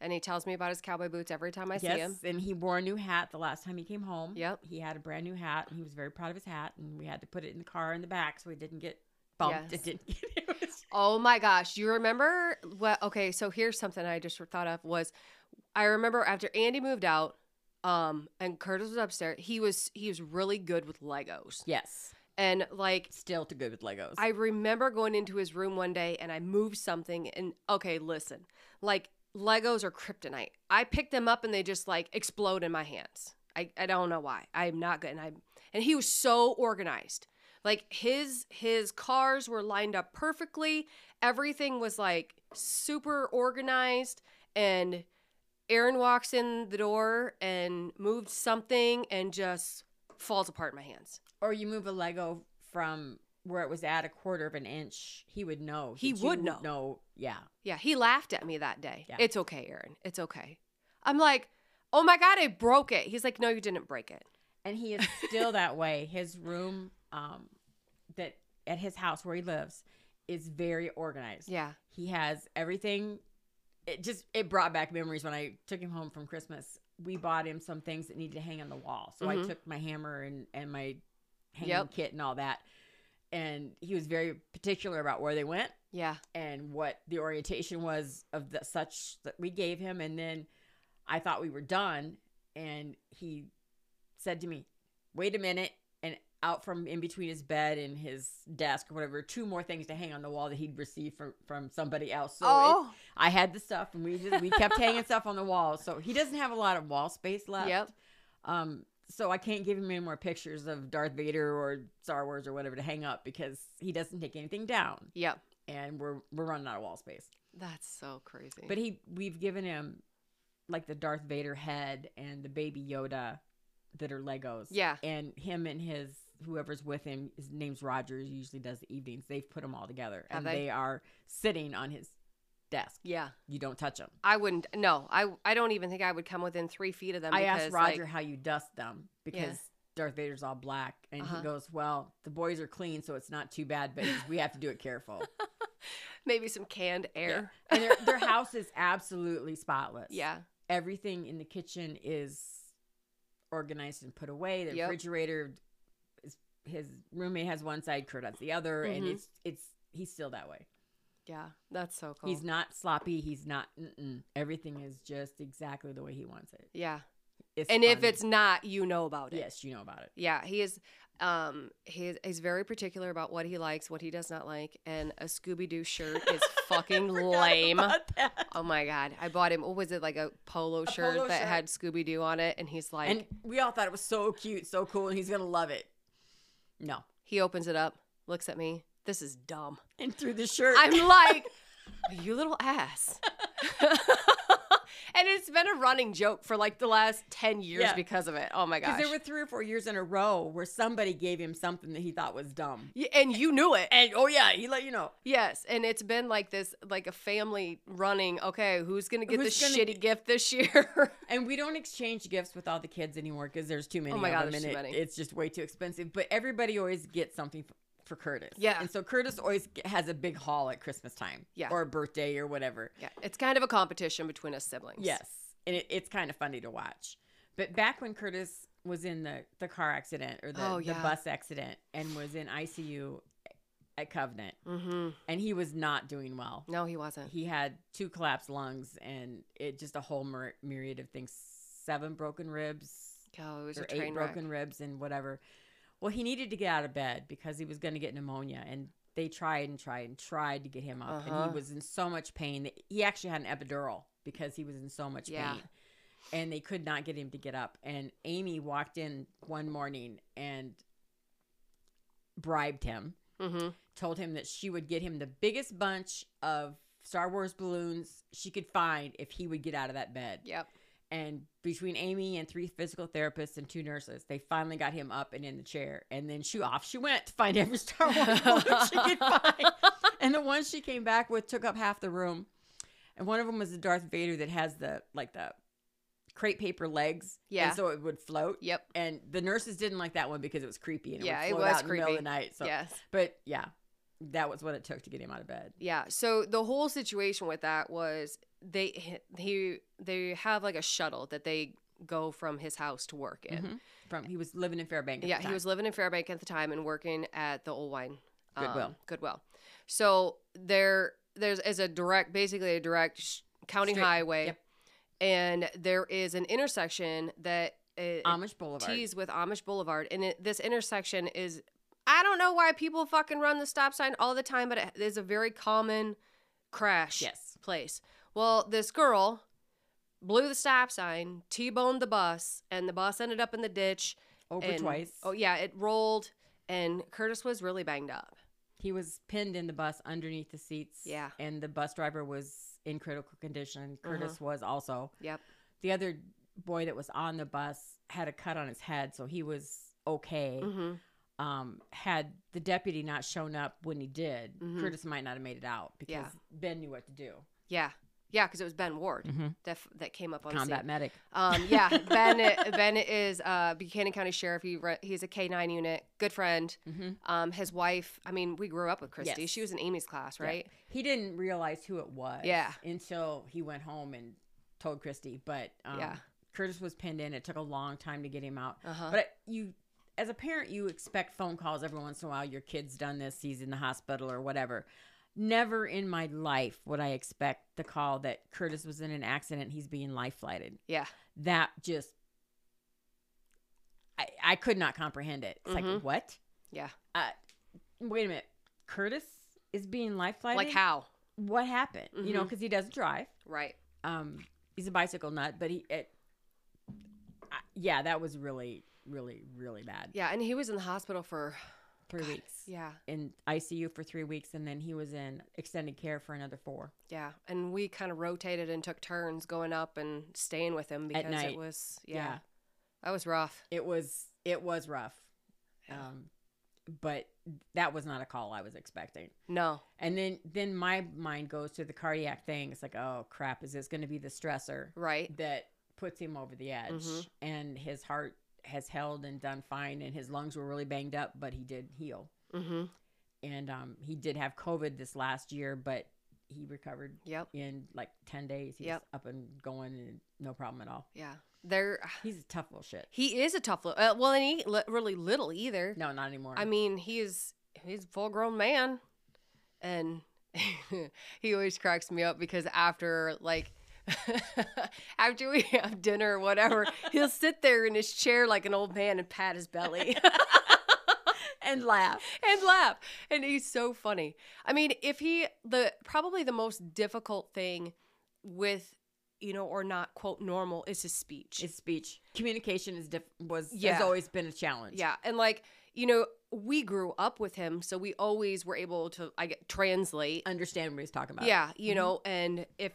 S1: and he tells me about his cowboy boots every time I
S2: yes.
S1: see him.
S2: And he wore a new hat the last time he came home.
S1: Yep.
S2: He had a brand new hat, and he was very proud of his hat. And we had to put it in the car in the back so he didn't get
S1: Yes.
S2: bumped. It didn't get. It was-
S1: Oh my gosh, you remember what okay, so here's something I just thought of was I remember after Andy moved out um and Curtis was upstairs, he was he was really good with Legos.
S2: yes.
S1: And like
S2: Still too good with Legos.
S1: I remember going into his room one day and I moved something and okay, listen. Like Legos are kryptonite. I pick them up and they just like explode in my hands. I, I don't know why. I'm not good and I and he was so organized. Like his his cars were lined up perfectly. Everything was like super organized and Aaron walks in the door and moved something and just falls apart in my hands.
S2: or you move a Lego from where it was at a quarter of an inch, he would know.
S1: He
S2: Did
S1: would
S2: you
S1: know.
S2: Yeah.
S1: Yeah, he laughed at me that day.
S2: Yeah.
S1: It's okay, Aaron. It's okay. I'm like, oh my God, I broke it. He's like, no, you didn't break it.
S2: And he is still that way. His room um that at his house where he lives is very organized.
S1: Yeah.
S2: He has everything it just it brought back memories when I took him home from Christmas. We bought him some things that needed to hang on the wall. So I
S1: Mhm.
S2: took my hammer and and my hanging
S1: Yep.
S2: kit and all that. And he was very particular about where they went.
S1: Yeah.
S2: and what the orientation was of the such that we gave him and then i thought we were done and he said to me wait a minute and out from in between his bed and his desk or whatever two more things to hang on the wall that he'd received from from somebody else so it,
S1: oh,
S2: i had the stuff and we just we kept hanging stuff on the wall so he doesn't have a lot of wall space left
S1: yep.
S2: um so i can't give him any more pictures of darth vader or star wars or whatever to hang up because he doesn't take anything down
S1: Yep.
S2: and we're we're running out of wall space
S1: That's so crazy.
S2: but he, we've given him like the Darth Vader head and the baby Yoda that are Legos.
S1: yeah.
S2: And him and his whoever's with him, his name's Roger. He usually does the evenings. They've put them all together,
S1: Have
S2: and
S1: they?
S2: they? are sitting on his desk.
S1: Yeah.
S2: You don't touch them.
S1: I wouldn't, no, I, I don't even think I would come within three feet of them.
S2: I asked
S1: because,
S2: Roger
S1: like,
S2: how you dust them because. Darth Vader's all black, and
S1: Uh-huh.
S2: he goes, "Well, the boys are clean, so it's not too bad, but we have to do it careful."
S1: maybe some canned air.
S2: and their, their house is absolutely spotless.
S1: Yeah.
S2: everything in the kitchen is organized and put away. The
S1: Yep.
S2: refrigerator, is, his roommate has one side, Kurt has the other, and
S1: Mhm.
S2: it's it's he's still that way.
S1: Yeah. That's so cool.
S2: He's not sloppy. He's not. Mm-mm. Everything is just exactly the way he wants it.
S1: yeah.
S2: It's
S1: And if
S2: funny.
S1: it's not, you know about it.
S2: yes, you know about it.
S1: Yeah, he is. Um, he is, he's very particular about what he likes, what he does not like, and a Scooby Doo shirt is fucking lame. Oh my god, I bought him. What was it like a polo shirt
S2: polo
S1: that
S2: shirt.
S1: had Scooby Doo on it? And he's like,
S2: and we all thought it was so cute, so cool, and he's gonna love it. No,
S1: he opens it up, looks at me. This is dumb.
S2: and through the shirt,
S1: I'm like, oh you little ass. and it's been a running joke for like the last ten years
S2: Yeah.
S1: because of it. Oh my
S2: because
S1: gosh.
S2: there were three or four years in a row where somebody gave him something that he thought was dumb.
S1: Y- and you knew it.
S2: And oh yeah, he let you know.
S1: Yes, and it's been like this, like a family running. Okay, who's gonna get
S2: Who's
S1: this
S2: gonna
S1: shitty gift this year?
S2: And we don't exchange gifts with all the kids anymore because there's too many.
S1: Oh my
S2: of
S1: God,
S2: them
S1: there's
S2: and
S1: too
S2: it-
S1: many.
S2: It's just way too expensive. But everybody always gets something for, for Curtis.
S1: Yeah.
S2: And so Curtis always g- has a big haul at Christmas time.
S1: Yeah.
S2: Or birthday or whatever.
S1: yeah, it's kind of a competition between us siblings.
S2: Yes. And it, it's kind of funny to watch. But back when Curtis was in the the car accident or the,
S1: Oh, yeah.
S2: the bus accident and was in ICU at Covenant,
S1: Mm-hmm.
S2: and he was not doing well.
S1: No, he wasn't.
S2: He had two collapsed lungs and it just a whole myr- myriad of things. Seven broken ribs,
S1: Oh, it was a
S2: or eight
S1: train wreck.
S2: broken ribs and whatever. Well, he needed to get out of bed because he was going to get pneumonia, and they tried and tried and tried to get him up, and
S1: Uh-huh.
S2: he was in so much pain. That he actually had an epidural because he was in so much
S1: Yeah.
S2: pain, and they could not get him to get up. And Amy walked in one morning and bribed him,
S1: Mm-hmm.
S2: told him that she would get him the biggest bunch of Star Wars balloons she could find if he would get out of that bed
S1: Yep.
S2: and between Amy and three physical therapists and two nurses, they finally got him up and in the chair. And then she off she went to find every Star Wars balloon she could find. And the one she came back with took up half the room. And one of them was the Darth Vader that has the like the crepe paper legs.
S1: Yeah.
S2: And so it would float.
S1: Yep.
S2: And the nurses didn't like that one because it was creepy and it
S1: Yeah, it
S2: would float
S1: was
S2: out in the middle
S1: creepy.
S2: of the night. So,
S1: yes.
S2: but yeah, that was what it took to get him out of bed.
S1: Yeah. So the whole situation with that was they he they have like a shuttle that they go from his house to work in.
S2: Mhm. From he was living in Fairbanks. at
S1: Mm-hmm. Yeah,
S2: the
S1: he
S2: time.
S1: was living in Fairbank at the time and working at the old wine um,
S2: Goodwill.
S1: Goodwill. So there there's is a direct basically a direct sh- county
S2: Straight-
S1: highway
S2: yep.
S1: and there is an intersection that it, it
S2: Amish Boulevard.
S1: tees with Amish Boulevard, and it, this intersection is I don't know why people fucking run the stop sign all the time, but it is a very common crash
S2: Yes.
S1: place. Well, this girl blew the stop sign, T-boned the bus, and the bus ended up in the ditch.
S2: Over
S1: and-
S2: twice.
S1: Oh yeah, it rolled, and Curtis was really banged up.
S2: He was pinned in the bus underneath the seats.
S1: Yeah.
S2: And the bus driver was in critical condition. Curtis was also.
S1: Uh-huh. Yep.
S2: The other boy that was on the bus had a cut on his head, so he was okay.
S1: hmm
S2: Um, had the deputy not shown up when he did,
S1: Mhm.
S2: Curtis might not have made it out because
S1: Yeah.
S2: Ben knew what to do.
S1: Yeah, yeah, because it was Ben Ward
S2: Mm-hmm.
S1: that f- that came up on the scene.
S2: Combat medic.
S1: Um, yeah, Ben Ben is uh, Buchanan County Sheriff. He re- he's a K nine unit, good friend.
S2: Mm-hmm.
S1: Um, his wife. I mean, we grew up with Christy.
S2: Yes.
S1: She was in Amy's class,
S2: Yeah.
S1: right?
S2: He didn't realize who it was.
S1: Yeah.
S2: Until he went home and told Christy. But um,
S1: Yeah.
S2: Curtis was pinned in. It took a long time to get him out.
S1: Uh huh.
S2: But you, as a parent, you expect phone calls every once in a while. Your kid's done this, he's in the hospital or whatever. Never in my life would I expect the call that Curtis was in an accident, he's being life flighted.
S1: Yeah.
S2: That just, I, I could not comprehend it. It's
S1: Mhm.
S2: like, what?
S1: Yeah.
S2: Uh, wait a minute. Curtis is being life flighted?
S1: Like how?
S2: What happened? You know,
S1: Mhm.
S2: because he doesn't drive.
S1: Right.
S2: Um, he's a bicycle nut, but he, it, I, yeah, that was really, really, really bad
S1: Yeah, and he was in the hospital for
S2: three
S1: God,
S2: weeks
S1: yeah,
S2: in ICU for three weeks, and then he was in extended care for another four.
S1: yeah, and we kind of rotated and took turns going up and staying with him because
S2: night.
S1: it was yeah, that was rough.
S2: it was it was rough,
S1: Yeah.
S2: um, but that was not a call I was expecting.
S1: No.
S2: And then then my mind goes to the cardiac thing. It's like, oh crap, is this going to be the stressor
S1: Right.
S2: that puts him over the edge?
S1: Mhm.
S2: And his heart has held and done fine, and his lungs were really banged up, but he did heal.
S1: Mm-hmm.
S2: And um, he did have COVID this last year, but he recovered
S1: Yep.
S2: in like 10 days. He's
S1: Yep.
S2: up and going and no problem at all.
S1: Yeah. There.
S2: He's a tough little shit.
S1: He is a tough little. Uh, well, and he li- really little either.
S2: No, not anymore.
S1: I mean, he's he's a full grown man, and he always cracks me up because after like after we have dinner or whatever, he'll sit there in his chair like an old man and pat his belly
S2: and laugh.
S1: and laugh, and he's so funny. I mean, if he the probably the most difficult thing with you know or not quote normal is his speech.
S2: His speech communication is diff- was
S1: Yeah.
S2: has always been a challenge.
S1: Yeah, and like you know, we grew up with him, so we always were able to I get translate.
S2: understand what he's talking about.
S1: Yeah, you
S2: Mhm.
S1: know, and if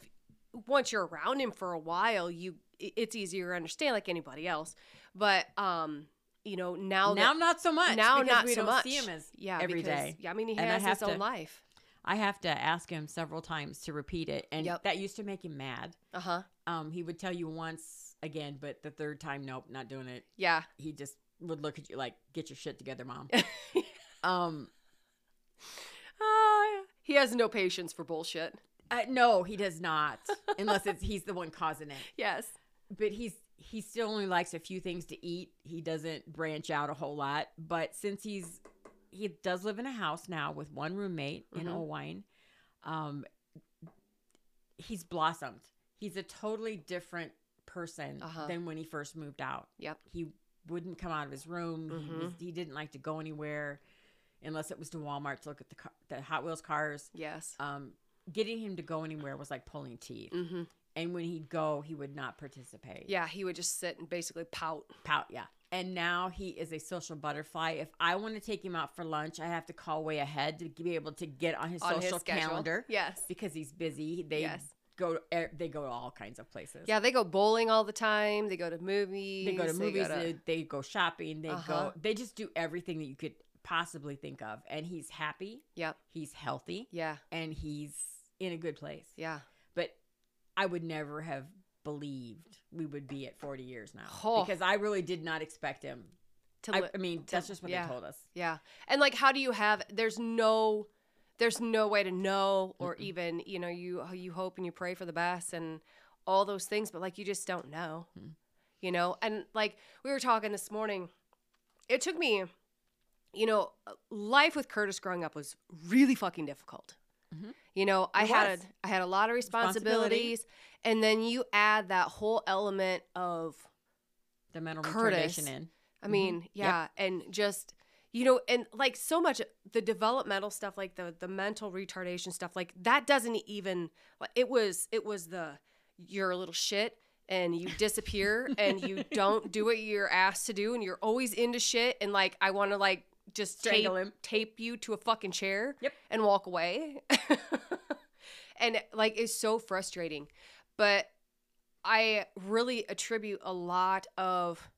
S1: once you're around him for a while, you i- it's easier to understand like anybody else. But um, you know, now
S2: now
S1: that,
S2: not so much.
S1: now
S2: because
S1: not
S2: we
S1: so
S2: don't
S1: much.
S2: see him as.
S1: yeah,
S2: every
S1: because,
S2: day.
S1: Yeah, I mean, he
S2: And I
S1: has his
S2: have
S1: own
S2: to-
S1: life.
S2: I have to ask him several times to repeat it, and
S1: Yep.
S2: that used to make him mad.
S1: Uh huh.
S2: Um, he would tell you once again, but the third time, nope, not doing it.
S1: Yeah.
S2: He just would look at you like, "Get your shit together, mom." um, Oh,
S1: Ah, he has no patience for bullshit.
S2: uh, no, he does not, unless it's he's the one causing it.
S1: Yes.
S2: but he's he still only likes a few things to eat. He doesn't branch out a whole lot. But since he's he does live in a house now with one roommate in
S1: Mhm.
S2: Old Wine, um, he's blossomed. He's a totally different person
S1: Uh-huh.
S2: than when he first moved out.
S1: Yep. Mm-hmm.
S2: He wouldn't come out of his room. He, was, he didn't like to go anywhere unless it was to Walmart to look at the car, the Hot Wheels cars.
S1: Yes.
S2: Um, getting him to go anywhere was like pulling teeth.
S1: Mm-hmm.
S2: And when he'd go, he would not participate
S1: Yeah, he would just sit and basically pout.
S2: pout yeah and now he is a social butterfly if i want to take him out for lunch i have to call way ahead to be able to get on his
S1: on his
S2: social
S1: schedule.
S2: calendar
S1: Yes.
S2: because he's busy they
S1: Yes.
S2: go er, they go to all kinds of places
S1: Yeah, they go bowling all the time. They go to movies.
S2: they go to movies
S1: to-
S2: they, they go shopping they
S1: Uh-huh.
S2: go they just do everything that you could possibly think of and he's happy
S1: Yep.
S2: he's healthy
S1: Yeah.
S2: and he's in a good place
S1: Yeah.
S2: but I would never have believed we would be at 40 years now
S1: Oh.
S2: because I really did not expect him.
S1: to
S2: I,
S1: li-
S2: I mean, that's just what
S1: yeah.
S2: they told us.
S1: Yeah. And like how do you have there's no there's no way to know or
S2: Mm-mm.
S1: even, you know, you you hope and you pray for the best and all those things, but like you just don't know.
S2: Mm.
S1: You know, and like we were talking this morning, it took me you know, life with Curtis growing up was really fucking difficult.
S2: Mhm.
S1: You know, I
S2: It
S1: had
S2: was.
S1: I had a lot of
S2: Responsibility.
S1: responsibilities and then you add that whole element of
S2: The mental
S1: Curtis.
S2: retardation in.
S1: I
S2: Mhm.
S1: mean, yeah, and just you know, and like so much the developmental stuff, like the the mental retardation stuff, like that doesn't even like it was it was the you're a little shit and you disappear and you don't do what you're asked to do and you're always into shit and like I want to like just tape,
S2: Strangle him.
S1: tape you to a fucking chair
S2: Yep.
S1: and walk away. and like it's so frustrating. But I really attribute a lot of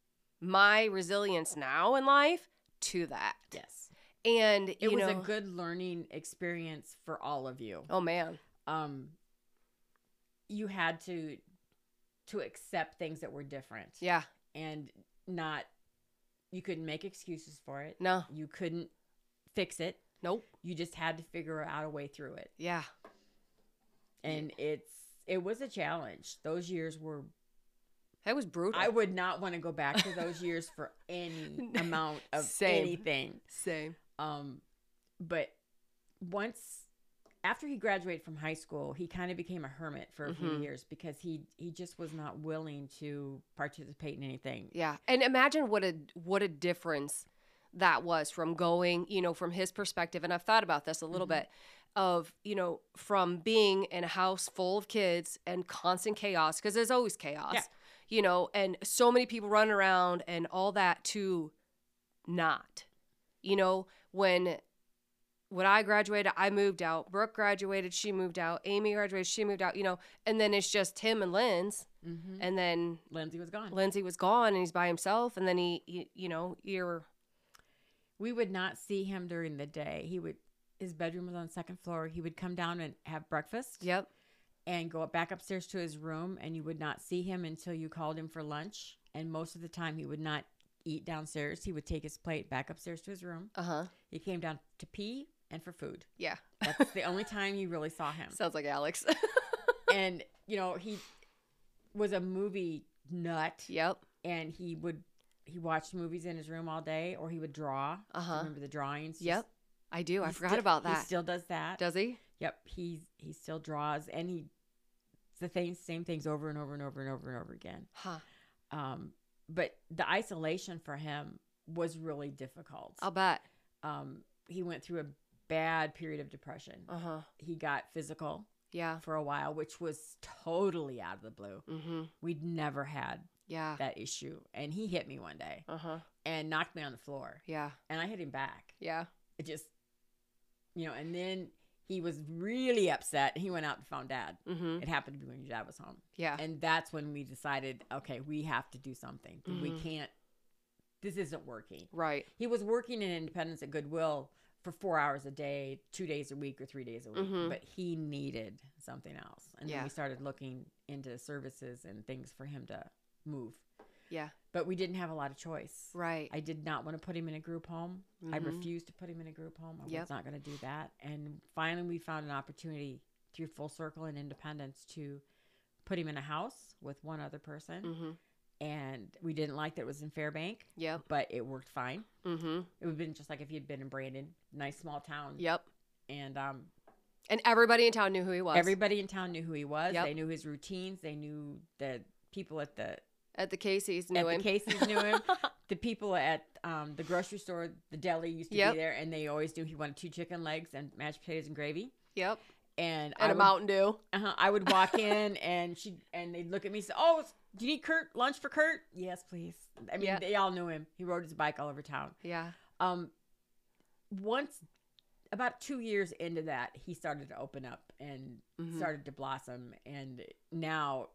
S1: my resilience now in life to that.
S2: Yes.
S1: And
S2: It
S1: you
S2: was
S1: know,
S2: a good learning experience for all of you.
S1: oh man,
S2: Um, you had to to accept things that were different
S1: yeah,
S2: and not you couldn't make excuses for it.
S1: no,
S2: You couldn't fix it.
S1: nope,
S2: You just had to figure out a way through it.
S1: yeah,
S2: And it's it was a challenge. Those years were
S1: that was brutal.
S2: I would not want to go back to those years for any amount of
S1: Same.
S2: anything.
S1: Same.
S2: Um, but once after he graduated from high school, he kind of became a hermit for a few
S1: Mhm.
S2: years because he he just was not willing to participate in anything.
S1: Yeah, and imagine what a what a difference that was from going, you know, from his perspective. And I've thought about this a little
S2: Mhm.
S1: bit of you know from being in a house full of kids and constant chaos because there's always chaos,
S2: Yeah.
S1: you know, and so many people running around and all that to not, you know, when when I graduated, I moved out. Brooke graduated, she moved out. Amy graduated, she moved out. You know, and then it's just him and Lynn's,
S2: Mm-hmm.
S1: and then
S2: Lindsay was gone.
S1: Lindsay was gone and he's by himself, and then he, he you know, you're
S2: we would not see him during the day. He would his bedroom was on the second floor. He would come down and have breakfast
S1: yep,
S2: and go back upstairs to his room and you would not see him until you called him for lunch. And most of the time he would not eat downstairs. He would take his plate back upstairs to his room.
S1: uh huh,
S2: He came down to pee and for food.
S1: yeah.
S2: That's the only time you really saw him.
S1: Sounds like Alex.
S2: and you know, he was a movie nut
S1: yep,
S2: and he would he watched movies in his room all day or he would draw. Do you
S1: Uh-huh.
S2: Remember the drawings? Just-
S1: yep. I do. I
S2: he
S1: forgot
S2: still-
S1: about
S2: He
S1: that.
S2: still does that.
S1: Does he?
S2: Yep, he's he still draws and he it's the thing, same things over and over and over and over and over again.
S1: Huh.
S2: Um, but the isolation for him was really difficult.
S1: I'll bet.
S2: Um, he went through a bad period of depression.
S1: Uh huh.
S2: He got physical
S1: Yeah.
S2: for a while, which was totally out of the blue.
S1: Mm-hmm.
S2: We'd never had
S1: Yeah.
S2: that issue, and he hit me one day
S1: Uh huh.
S2: and knocked me on the floor,
S1: Yeah.
S2: and I hit him back.
S1: Yeah.
S2: It just, you know, and then he was really upset. He went out and found dad.
S1: Mm-hmm.
S2: It happened to be when your dad was home.
S1: Yeah.
S2: And that's when we decided, okay, we have to do something. We
S1: Mhm.
S2: can't, this isn't working.
S1: Right.
S2: He was working in Independence at Goodwill for four hours a day, two days a week, or three days a week,
S1: Mhm.
S2: but he needed something else. And then
S1: Yeah.
S2: we started looking into services and things for him to move.
S1: Yeah.
S2: But we didn't have a lot of choice.
S1: Right.
S2: I did not want to put him in a group home. I
S1: Mhm.
S2: refused to put him in a group home. I
S1: Yep.
S2: was not going to do that. And finally, we found an opportunity through Full Circle and Independence to put him in a house with one other person.
S1: Mm-hmm.
S2: And we didn't like that it was in Fairbank,
S1: Yep.
S2: but it worked fine.
S1: Mm-hmm.
S2: It would have been just like if he had been in Brandon, nice small town.
S1: Yep.
S2: And um,
S1: And everybody in town knew who he was.
S2: everybody in town knew who he was.
S1: Yep.
S2: They knew his routines. They knew the people at the
S1: at the Casey's knew
S2: at
S1: him.
S2: the Casey's knew him. the people at um, the grocery store, the deli used to
S1: Yep.
S2: be there, and they always knew he wanted two chicken legs and mashed potatoes and gravy.
S1: yep.
S2: And,
S1: And
S2: I
S1: a
S2: would,
S1: Mountain Dew.
S2: uh I would walk in, and she and they'd look at me and say, "Oh, it's- do you need Kurt lunch for Kurt?" Yes, please. I mean,
S1: Yeah.
S2: they all knew him. He rode his bike all over town.
S1: Yeah.
S2: Um, once about two years into that, he started to open up and
S1: Mhm.
S2: started to blossom, and now.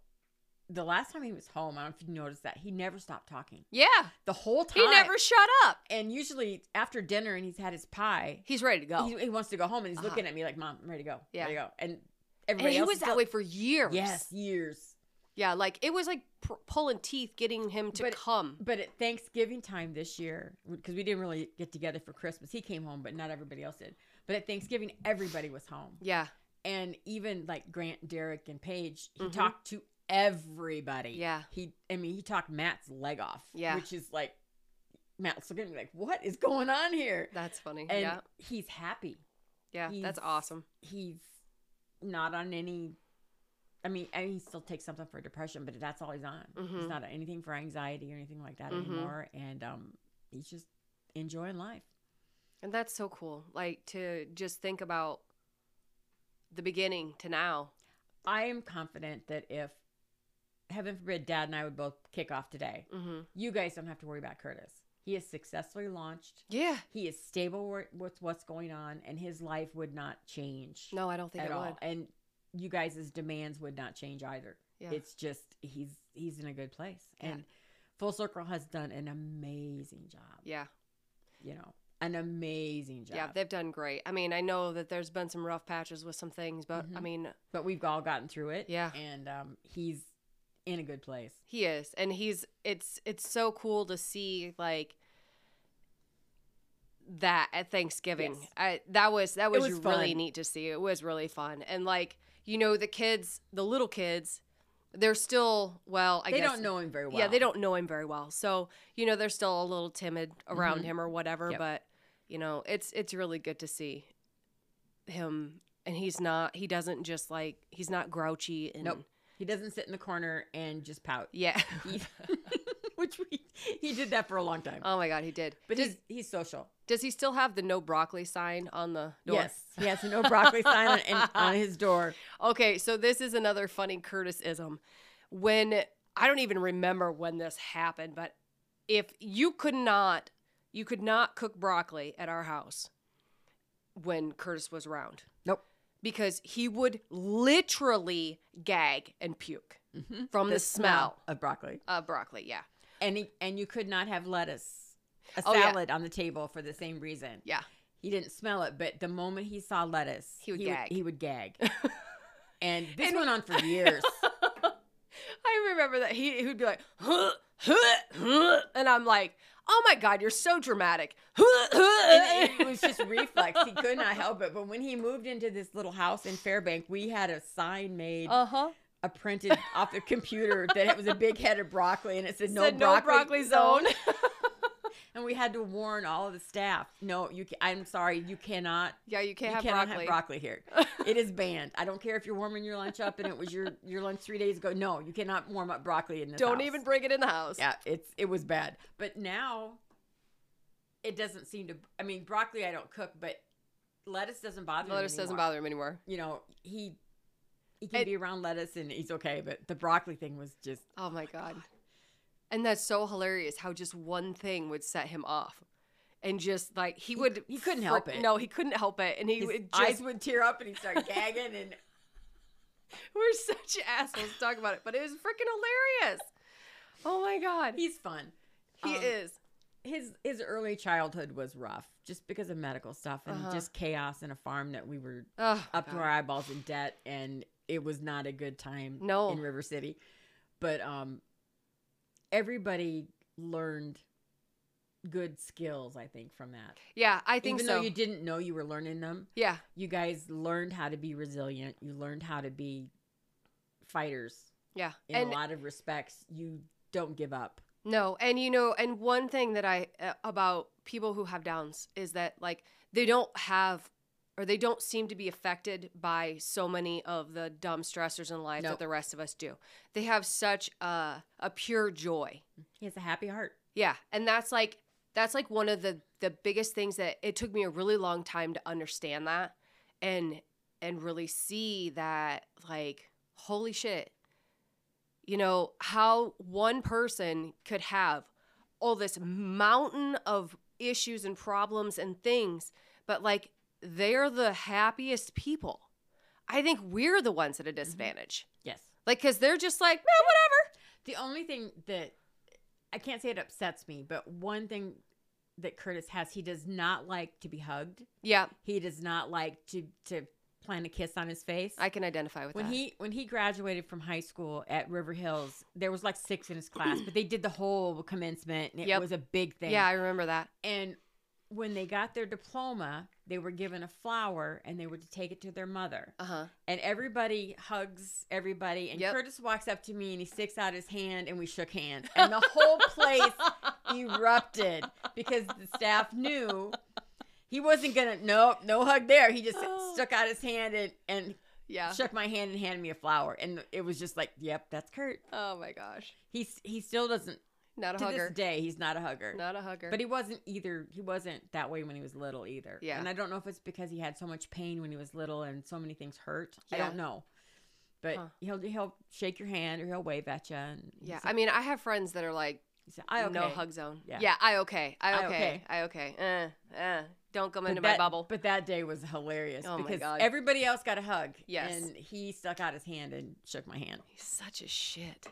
S2: The last time he was home, I don't know if you noticed that he never stopped talking
S1: Yeah.
S2: the whole
S1: He
S2: time.
S1: never shut up.
S2: and usually after dinner and he's had his pie
S1: He's ready to go.
S2: he, he wants to go home and he's
S1: Uh-huh.
S2: looking at me like mom i'm ready to go
S1: Yeah.
S2: ready to go and
S1: And
S2: Everybody
S1: he
S2: else
S1: was
S2: is
S1: that
S2: still-
S1: way for years.
S2: Yes, years.
S1: Yeah, like it was like pr- pulling teeth getting him to
S2: But-
S1: come.
S2: But at Thanksgiving time this year, because we didn't really get together for Christmas, he came home, but not everybody else did. But at Thanksgiving, everybody was home,
S1: Yeah.
S2: and even like Grant, Derek, and Paige, he
S1: Mhm.
S2: talked to everybody.
S1: Yeah.
S2: he. I mean, he talked Matt's leg off.
S1: Yeah.
S2: which is like Matt's looking at me like, "What is going on here?"
S1: That's funny.
S2: And
S1: yeah.
S2: he's happy.
S1: Yeah. That's
S2: he's-
S1: awesome.
S2: He's not on any. I mean, I mean, he still takes something for depression, but that's all he's on.
S1: Mhm.
S2: He's not on anything for anxiety or anything like that
S1: Mhm.
S2: anymore. And um, he's just enjoying life.
S1: And that's so cool. Like to just think about the beginning to now.
S2: I am confident that if, heaven forbid, Dad and I would both kick off today,
S1: Mm-hmm.
S2: you guys don't have to worry about Curtis. He is successfully launched.
S1: Yeah.
S2: He is stable wi- with what's going on, and his life would not change
S1: No, I don't think
S2: at
S1: it
S2: all.
S1: would.
S2: And you guys' demands would not change either.
S1: Yeah.
S2: It's just he's he's in a good place,
S1: Yeah.
S2: and Full Circle has done an amazing job.
S1: yeah.
S2: You know, an amazing job.
S1: Yeah. They've done great. I mean, I know that there's been some rough patches with some things, but I
S2: Mhm.
S1: mean,
S2: but we've all gotten through it.
S1: Yeah.
S2: and um, he's in a good place.
S1: He is, and he's it's it's so cool to see like that at Thanksgiving.
S2: Yes.
S1: I, that was that was,
S2: was
S1: really
S2: fun.
S1: neat to see. It was really fun, and like you know the kids, the little kids, they're still well. I
S2: they
S1: guess
S2: don't know him very well.
S1: Yeah, they don't know him very well, so you know they're still a little timid around
S2: Mhm.
S1: him or whatever.
S2: Yep.
S1: But you know it's it's really good to see him, and he's not he doesn't just like he's not grouchy and
S2: Nope. He doesn't sit in the corner and just pout.
S1: yeah.
S2: He- which we, he did that for a long time.
S1: Oh my god, he did.
S2: but
S1: Does-
S2: he's he's social.
S1: Does he still have the no broccoli sign on the door?
S2: Yes, he has a no broccoli sign on, on his door.
S1: Okay, so this is another funny Curtisism. When I don't even remember when this happened, but if you could not, you could not cook broccoli at our house when Curtis was around.
S2: Nope.
S1: Because he would literally gag and puke
S2: Mhm.
S1: from Mm-hmm. the, smell
S2: of broccoli,
S1: of broccoli. Yeah.
S2: and he, and you could not have lettuce, a
S1: Oh, yeah.
S2: salad on the table for the same reason.
S1: Yeah.
S2: he didn't smell it, but the moment he saw lettuce,
S1: He would gag.
S2: he would gag. and this
S1: And-
S2: went on for years.
S1: I remember that he, he would be like, "Huh, huh, huh," and I'm like, oh my god, you're so dramatic. Huh, huh."
S2: and it was just reflex. He could not help it. But when he moved into this little house in Fairbank, we had a sign made,
S1: Uh huh.
S2: a printed off the computer that it was a big head of broccoli, and it said, no,
S1: Said
S2: broccoli,
S1: no broccoli zone.
S2: And we had to warn all of the staff. No, you. Ca- I'm sorry, you cannot.
S1: yeah, you can't
S2: you
S1: have
S2: cannot
S1: broccoli.
S2: have broccoli here. It is banned. I don't care if you're warming your lunch up and it was your your lunch three days ago. No, you cannot warm up broccoli in this.
S1: Don't
S2: house.
S1: even bring it in the house.
S2: Yeah, it's it was bad. But now it doesn't seem to I mean broccoli I don't cook, but lettuce doesn't bother
S1: Lettuce
S2: him.
S1: doesn't
S2: anymore.
S1: bother him anymore.
S2: You know, he he can
S1: And-
S2: be around lettuce and he's okay, but the broccoli thing was just
S1: Oh my god. And that's so hilarious how just one thing would set him off. And just like he would
S2: he couldn't help it.
S1: No, he couldn't help it. And he
S2: his
S1: would just
S2: eyes would tear up and he'd start gagging and
S1: we're such assholes to talk about it. But it was freaking hilarious. Oh my god.
S2: he's fun.
S1: He
S2: Um,
S1: is.
S2: His his early childhood was rough just because of medical stuff and
S1: Uh-huh.
S2: just chaos in a farm that we were
S1: Oh,
S2: up
S1: God.
S2: to our eyeballs in debt and it was not a good time
S1: No.
S2: in River City. But um everybody learned good skills, I think, from that.
S1: Yeah, I think
S2: Even
S1: so.
S2: though you didn't know you were learning them,
S1: yeah,
S2: you guys learned how to be resilient. You learned how to be fighters
S1: yeah.
S2: in
S1: and
S2: a lot of respects. You don't give up.
S1: no, and you know, and one thing that I uh, about people who have downs is that like they don't have or they don't seem to be affected by so many of the dumb stressors in life that
S2: Nope.
S1: the rest of us do. They have such a a pure joy.
S2: He has a happy heart.
S1: Yeah, and that's like that's like one of the the biggest things that it took me a really long time to understand that and and really see that like holy shit. You know, how one person could have all this mountain of issues and problems and things, but like they're the happiest people. I think we're the ones at
S2: Mm-hmm.
S1: a disadvantage.
S2: Yes.
S1: Like cuz they're just like, "Eh, whatever."
S2: The only thing that I can't say it upsets me, but one thing that Curtis has, he does not like to be hugged.
S1: Yeah.
S2: He does not like to to plant a kiss on his face.
S1: I can identify with
S2: when
S1: that.
S2: he when he graduated from high school at River Hills, there was like six in his class, but they did the whole commencement, and it
S1: Yep.
S2: was a big thing.
S1: yeah, I remember that.
S2: And when they got their diploma, they were given a flower, and they were to take it to their mother.
S1: Uh huh.
S2: And everybody hugs everybody, and
S1: Yep.
S2: Curtis walks up to me and he sticks out his hand, and we shook hands, and the whole place erupted because the staff knew he wasn't gonna nope no hug there he just stuck out his hand and, and
S1: Yeah.
S2: shook my hand and handed me a flower and it was just like yep that's kurt
S1: Oh my gosh.
S2: he's he still doesn't
S1: Not a
S2: to
S1: hugger.
S2: this day he's not a hugger
S1: Not a hugger.
S2: but he wasn't either he wasn't that way when he was little either
S1: Yeah.
S2: and i don't know if it's because he had so much pain when he was little and so many things hurt i
S1: Yeah.
S2: don't know but
S1: Huh.
S2: he'll he'll shake your hand or he'll wave at you and he's
S1: yeah,
S2: like-
S1: I mean, I have friends that are like,
S2: he's like, I okay.
S1: no hug zone. Yeah.
S2: Yeah.
S1: I okay. I
S2: I
S1: okay.
S2: okay.
S1: I okay. Uh, uh, don't come
S2: But
S1: into my
S2: that-
S1: bubble.
S2: But that day was hilarious
S1: Oh my
S2: because
S1: God.
S2: everybody else got a hug.
S1: Yes.
S2: And he stuck out his hand and shook my hand.
S1: He's such a shit.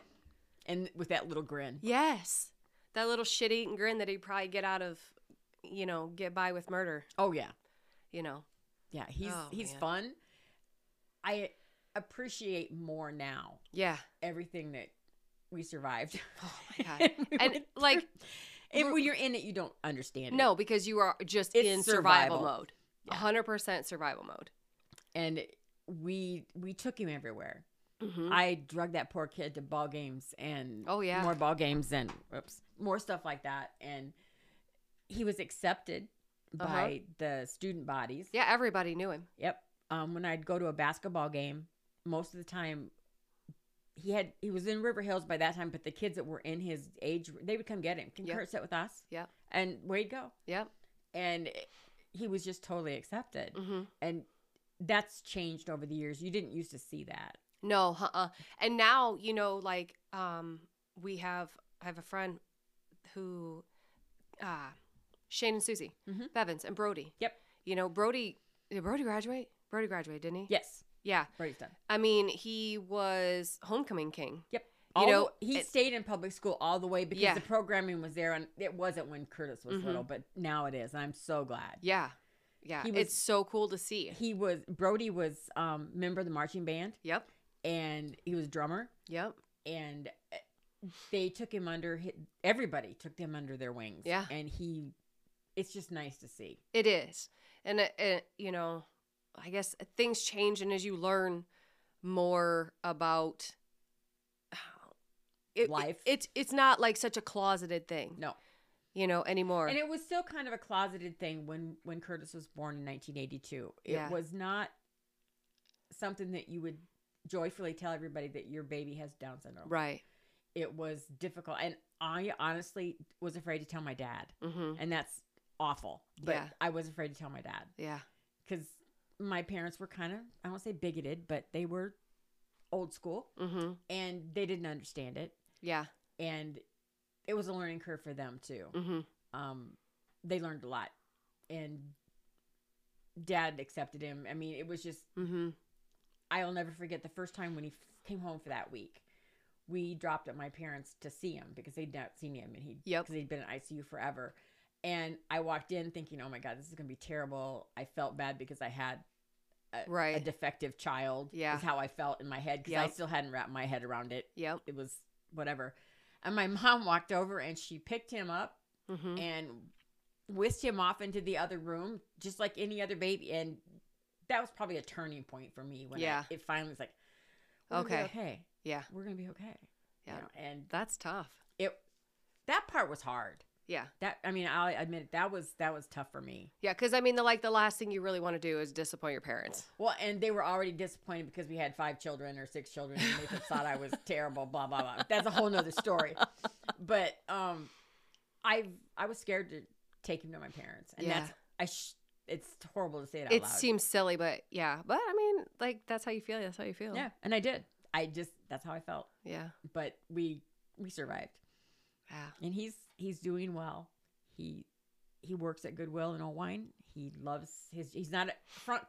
S2: And with that little grin.
S1: Yes. That little shit eating grin that he'd probably get out of, you know, get by with murder,
S2: Oh yeah.
S1: you know.
S2: Yeah. He's
S1: Oh,
S2: he's
S1: man.
S2: fun. I appreciate more now
S1: Yeah.
S2: everything that we survived.
S1: Oh my God.
S2: We
S1: And,
S2: went
S1: like,
S2: through. and when you're in it you don't understand it.
S1: No, because you are just
S2: It's
S1: in survival,
S2: survival.
S1: mode.
S2: Yeah.
S1: 100% survival mode.
S2: And we we took him everywhere.
S1: Mhm.
S2: I drug that poor kid to ball games and
S1: Oh, yeah.
S2: more ball games and oops, more stuff like that. And he was accepted by the student bodies.
S1: Yeah, everybody knew him.
S2: Yep. Um, when I'd go to a basketball game, most of the time he had he was in River Hills by that time, but the kids that were in his age they would come get him. Can
S1: Yep.
S2: Kurt sit with us?
S1: Yep.
S2: And Wade go.
S1: Yep.
S2: And he was just totally accepted.
S1: hmm
S2: And that's changed over the years. You didn't used to see that.
S1: No, uh-uh. And now, you know, like um we have I have a friend who uh Shane and Susie,
S2: Mhm.
S1: Bevins and Brody.
S2: Yep.
S1: You know, Brody did Brody graduate? Brody graduated, didn't he?
S2: Yes.
S1: Yeah.
S2: Brady's done.
S1: I mean, he was homecoming king. You
S2: you
S1: know,
S2: know he
S1: it-
S2: stayed in public school all the way because
S1: Yeah.
S2: the programming was there and it wasn't when curtis was
S1: Mhm.
S2: little but now it is and i'm so glad
S1: Yeah. Yeah.
S2: He
S1: it's
S2: was-
S1: so cool to see.
S2: he was brody was um member of the marching band
S1: Yep.
S2: and he was drummer
S1: Yep.
S2: and uh, they took him under hi- everybody took them under their wings
S1: Yeah.
S2: and he it's just nice to see
S1: It is. And it, it, you know, I guess uh, things change and as you learn more about it, it-
S2: Life.
S1: it's it's not like such a closeted thing.
S2: no
S1: You know, anymore.
S2: and it was still kind of a closeted thing when when curtis was born in 1982 it
S1: Yeah.
S2: was not something that you would joyfully tell everybody that your baby has down syndrome
S1: right.
S2: it was difficult and i honestly was afraid to tell my dad
S1: Mhm.
S2: and that's awful but
S1: Yeah.
S2: i was afraid to tell my dad
S1: Yeah.
S2: because my parents were kind of i won't say bigoted but they were old school
S1: Mhm.
S2: and they didn't understand it
S1: Yeah.
S2: and it was a learning curve for them too
S1: Mhm.
S2: um, they learned a lot and dad accepted him i mean it was just
S1: Mhm.
S2: I'll never forget the first time when he f- came home for that week. We dropped at my parents to see him because they'd not seen him, and he
S1: Yep.
S2: because he'd been in ICU forever. And I walked in thinking, "Oh my God, this is gonna be terrible." I felt bad because I had a
S1: Right.
S2: defective child.
S1: Yeah.
S2: is how I felt in my head because I
S1: Yep.
S2: still hadn't wrapped my head around it.
S1: yep.
S2: It was whatever. And my mom walked over and she picked him up
S1: Mhm.
S2: and whisked him off into the other room, just like any other baby. And that was probably a turning point for me when I-
S1: Yeah.
S2: it finally was like, we're gonna be
S1: Okay.
S2: okay,
S1: Yeah.
S2: we're gonna be okay. You
S1: Yeah.
S2: know, and
S1: That's tough.
S2: it that part was hard.
S1: Yeah.
S2: That I mean, I'll admit it, that was that was tough for me.
S1: Yeah, cuz I mean the like the last thing you really want to do is disappoint your parents.
S2: Well, and they were already disappointed because we had five children or six children, and they just thought I was terrible. Blah blah blah. That's a whole nother story. But um, I I was scared to take him to my parents, and
S1: Yeah.
S2: that's I. Sh- it's horrible to say it out
S1: It
S2: loud.
S1: seems silly, but yeah. But I mean, like that's how you feel. That's how you feel.
S2: yeah, and I did. I just that's how I felt.
S1: Yeah.
S2: But we we survived.
S1: Yeah.
S2: and he's he's doing well. He he works at Goodwill in Owine. He loves his. He's not a front.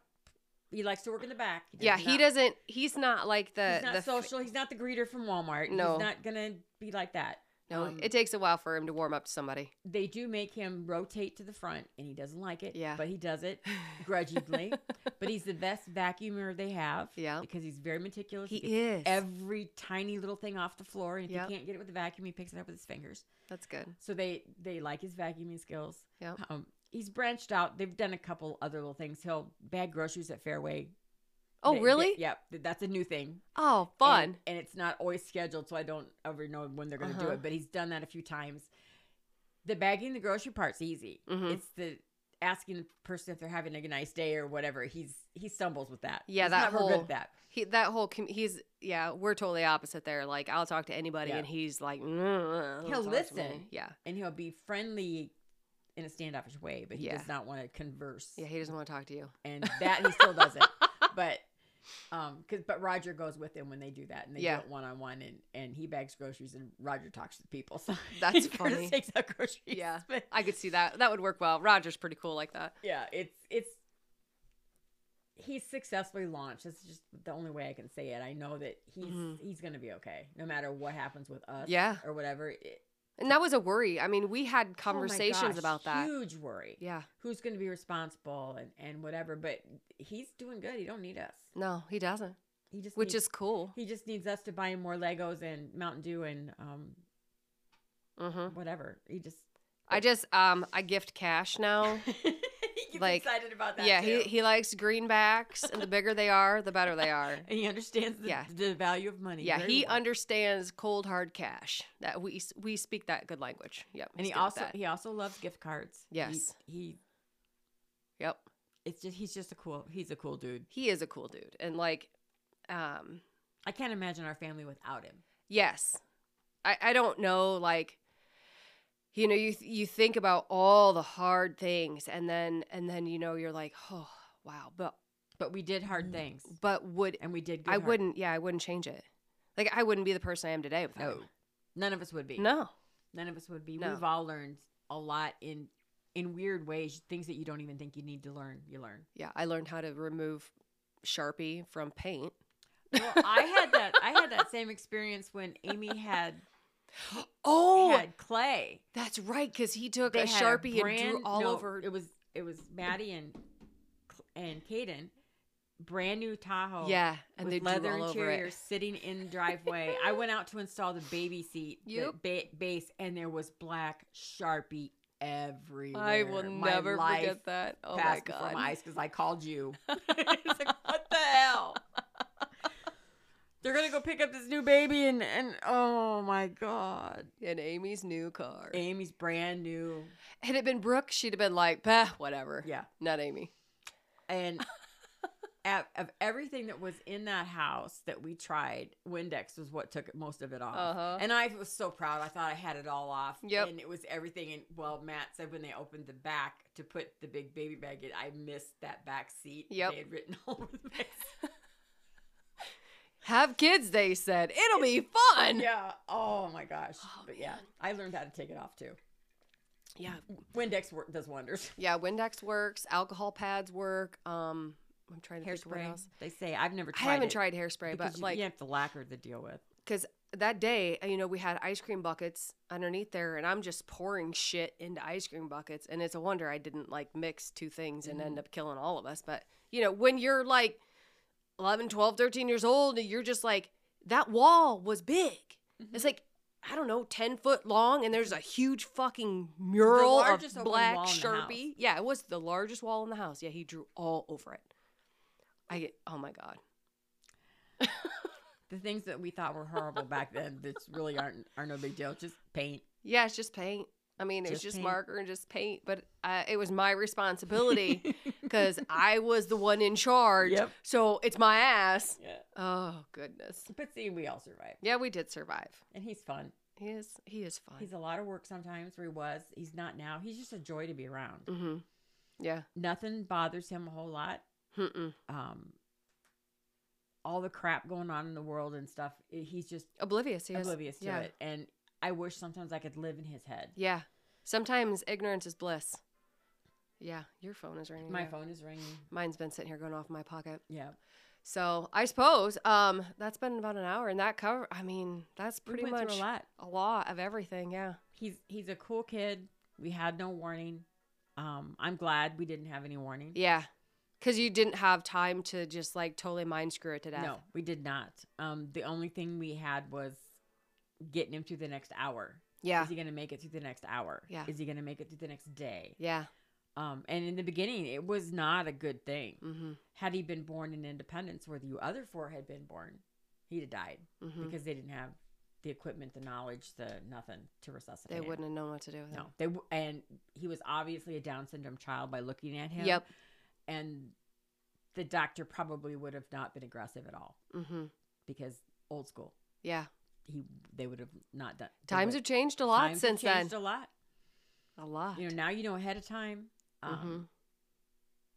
S2: He likes to work in the back. does
S1: Yeah, he
S2: not-
S1: doesn't. He's not like the
S2: He's not
S1: the f-
S2: social. He's not the greeter from Walmart.
S1: No.
S2: he's not gonna be like that.
S1: No,
S2: Um,
S1: it takes a while for him to warm up to somebody.
S2: They do make him rotate to the front, and he doesn't like it.
S1: Yeah.
S2: but he does it grudgingly. but he's the best vacuumer they have.
S1: Yeah.
S2: because he's very meticulous.
S1: He
S2: gets
S1: is.
S2: every tiny little thing off the floor, and if
S1: Yep.
S2: he can't get it with the vacuum, he picks it up with his fingers.
S1: That's good.
S2: So they they like his vacuuming skills.
S1: Yep.
S2: Um, he's branched out. They've done a couple other little things. He'll bag groceries at Fairway.
S1: Oh,
S2: They- they-
S1: really?
S2: yep. th- That's a new thing.
S1: Oh, fun.
S2: And, and it's not always scheduled, so I don't ever know when they're going to do
S1: Uh-huh.
S2: it. But he's done that a few times. The bagging the grocery part's easy.
S1: Mhm.
S2: It's the asking the person if they're having a nice day or whatever. He's he stumbles with that.
S1: Yeah,
S2: he's
S1: that
S2: not real good
S1: whole-
S2: at that.
S1: he that whole com- he's yeah, we're totally opposite there. Like I'll talk to anybody,
S2: Yeah.
S1: and he's like, "Mm,
S2: He'll
S1: don't talk to me."
S2: listen.
S1: Yeah,
S2: And he'll be friendly in a standoffish way, but he
S1: Yeah.
S2: does not want to converse.
S1: yeah, he doesn't want to talk to you.
S2: and that he still doesn't. but um, cause but Roger goes with him when they do that, and they
S1: Yeah.
S2: do it one on one, and and he bags groceries, and Roger talks to the people. So
S1: That's
S2: Curtis
S1: funny.
S2: Takes out groceries.
S1: Yeah.
S2: but
S1: I could see that. That would work well. Roger's pretty cool like that.
S2: yeah, it's it's he's successfully launched. That's just the only way I can say it. I know that he's
S1: Mhm.
S2: he's gonna be okay, no matter what happens with us,
S1: Yeah.
S2: or whatever. It-
S1: And that was a worry. I mean, we had
S2: oh my
S1: conversations
S2: gosh,
S1: about that.
S2: Huge worry.
S1: Yeah.
S2: Who's gonna be responsible and and whatever? But he's doing good. He don't need us.
S1: No, he doesn't.
S2: He just
S1: Which
S2: needs-
S1: is cool.
S2: He just needs us to buy him more Legos and Mountain Dew and um,
S1: hmm
S2: whatever. He just
S1: I just um I gift cash now.
S2: he gets
S1: Like,
S2: excited about that.
S1: yeah,
S2: too.
S1: he he likes greenbacks, and the bigger they are, the better they are.
S2: and he understands the,
S1: Yeah.
S2: the value of money.
S1: Yeah,
S2: very
S1: he
S2: well.
S1: understands cold hard cash. That we we speak that good language. Yep.
S2: and
S1: he's
S2: he
S1: good with
S2: also
S1: that.
S2: he also loves gift cards. He-
S1: Yes.
S2: he,
S1: Yep.
S2: it's just he's just a cool he's a cool dude.
S1: He is a cool dude, and like, um,
S2: I can't imagine our family without him.
S1: yes, I I don't know like. You know, you th- you think about all the hard things, and then and then you know you're like, oh wow, but
S2: But we did hard things
S1: but would
S2: and we did. Good
S1: I
S2: hard-
S1: wouldn't? Yeah, I wouldn't change it. Like I wouldn't be the person I am today without
S2: No,
S1: him.
S2: none of us would be.
S1: No,
S2: none of us would be.
S1: No.
S2: We've all learned a lot in in weird ways, things that you don't even think you need to learn. You learn.
S1: yeah, I learned how to remove Sharpie from paint.
S2: Well, I had that. I had that same experience when Amy had
S1: Oh,
S2: had clay.
S1: that's right, because he took
S2: They
S1: a
S2: had
S1: sharpie and drew
S2: brand-
S1: all
S2: no,
S1: over.
S2: It was it was Maddie and and Caden, brand new Tahoe.
S1: yeah, and
S2: with
S1: they
S2: leather
S1: drew all over
S2: interior
S1: it.
S2: sitting in the driveway. I went out to install the baby seat, the
S1: Yep.
S2: ba- base, and there was black sharpie everywhere.
S1: I will
S2: My
S1: never
S2: life
S1: forget that. Oh my
S2: passed before
S1: god.
S2: my eyes because I called you. it's like, what the hell? They're gonna go pick up this new baby and and oh my god,
S1: and Amy's new car.
S2: Amy's brand new.
S1: Had it been Brooke, she'd have been like, bah, whatever.
S2: Yeah,
S1: Not Amy.
S2: and at, of everything that was in that house that we tried, Windex was what took most of it off.
S1: Uh-huh.
S2: And I was so proud. I thought I had it all off.
S1: Yep.
S2: And it was everything. And well, Matt said when they opened the back to put the big baby bag in, I missed that back seat.
S1: Yep.
S2: They had written all over the back seat.
S1: Have kids, they said. It'll be fun.
S2: Yeah. Oh my gosh.
S1: Oh,
S2: but yeah, I learned how to take it off too.
S1: yeah.
S2: Windex wor- does wonders.
S1: Yeah, Windex works, alcohol pads work. Um I'm trying to think of what
S2: Hairspray.
S1: else.
S2: They say I've never
S1: I
S2: tried.
S1: haven't
S2: it
S1: tried hairspray,
S2: because
S1: but
S2: you,
S1: like
S2: you have the lacquer to deal with.
S1: because that day, uh, you know, we had ice cream buckets underneath there, and I'm just pouring shit into ice cream buckets, and it's a wonder I didn't like mix two things and
S2: Mm-hmm.
S1: end up killing all of us. But you know, when you're like 11, 12, 13 years old, and you're just like, that wall was big.
S2: Mm-hmm.
S1: It's like I don't know, ten foot long, and there's a huge fucking mural of
S2: largest open
S1: black
S2: wall in the house.
S1: sharpie. Yeah, it was the largest wall in the house. Yeah, he drew all over it. I get, oh my god,
S2: The things that we thought were horrible back then that really aren't are no big deal. Just paint.
S1: Yeah, it's just paint. I mean, it was
S2: Just
S1: just
S2: paint.
S1: marker and just paint, but uh, it was my responsibility because I was the one in charge.
S2: Yep.
S1: So it's my ass.
S2: Yeah.
S1: Oh goodness.
S2: But see, we all survived,
S1: Yeah, we did survive.
S2: and he's fun.
S1: He is. He is fun.
S2: He's a lot of work sometimes. Where he was, he's not now. He's just a joy to be around.
S1: mm-hmm. Yeah.
S2: Nothing bothers him a whole lot.
S1: Mm-mm.
S2: Um, all the crap going on in the world and stuff, i- he's just
S1: Oblivious. He is.
S2: oblivious to
S1: yeah.
S2: it. And I wish sometimes I could live in his head.
S1: Yeah. Sometimes ignorance is bliss. Yeah. Your phone is ringing.
S2: My
S1: yeah.
S2: phone is ringing.
S1: Mine's been sitting here going off in my pocket.
S2: Yeah.
S1: So I suppose um, that's been about an hour, and that cover. I mean, that's
S2: We
S1: pretty
S2: went
S1: much
S2: through a lot.
S1: a lot of everything. Yeah.
S2: He's he's a cool kid. We had no warning. Um, I'm glad we didn't have any warning.
S1: Yeah. Because you didn't have time to just like totally mind screw it to death.
S2: No, we did not. Um, the only thing we had was getting him through the next hour.
S1: Yeah.
S2: Is he gonna make it through the next hour?
S1: Yeah.
S2: Is he gonna make it through the next day?
S1: Yeah.
S2: Um, and in the beginning, it was not a good thing.
S1: Mm-hmm.
S2: Had he been born in Independence, where the other four had been born, he'd have died
S1: Mm-hmm.
S2: because they didn't have the equipment, the knowledge, the nothing to resuscitate.
S1: They
S2: him.
S1: wouldn't have known what to do with
S2: No, they w- and he was obviously a Down syndrome child by looking at
S1: it.
S2: him.
S1: Yep.
S2: And the doctor probably would have not been aggressive at all
S1: Mm-hmm.
S2: because old school.
S1: Yeah.
S2: He they would have not done. they
S1: Times
S2: would-
S1: have changed a lot
S2: times have
S1: since then.
S2: changed A lot.
S1: A lot.
S2: You know, now you know ahead of time. Um,
S1: Mhm.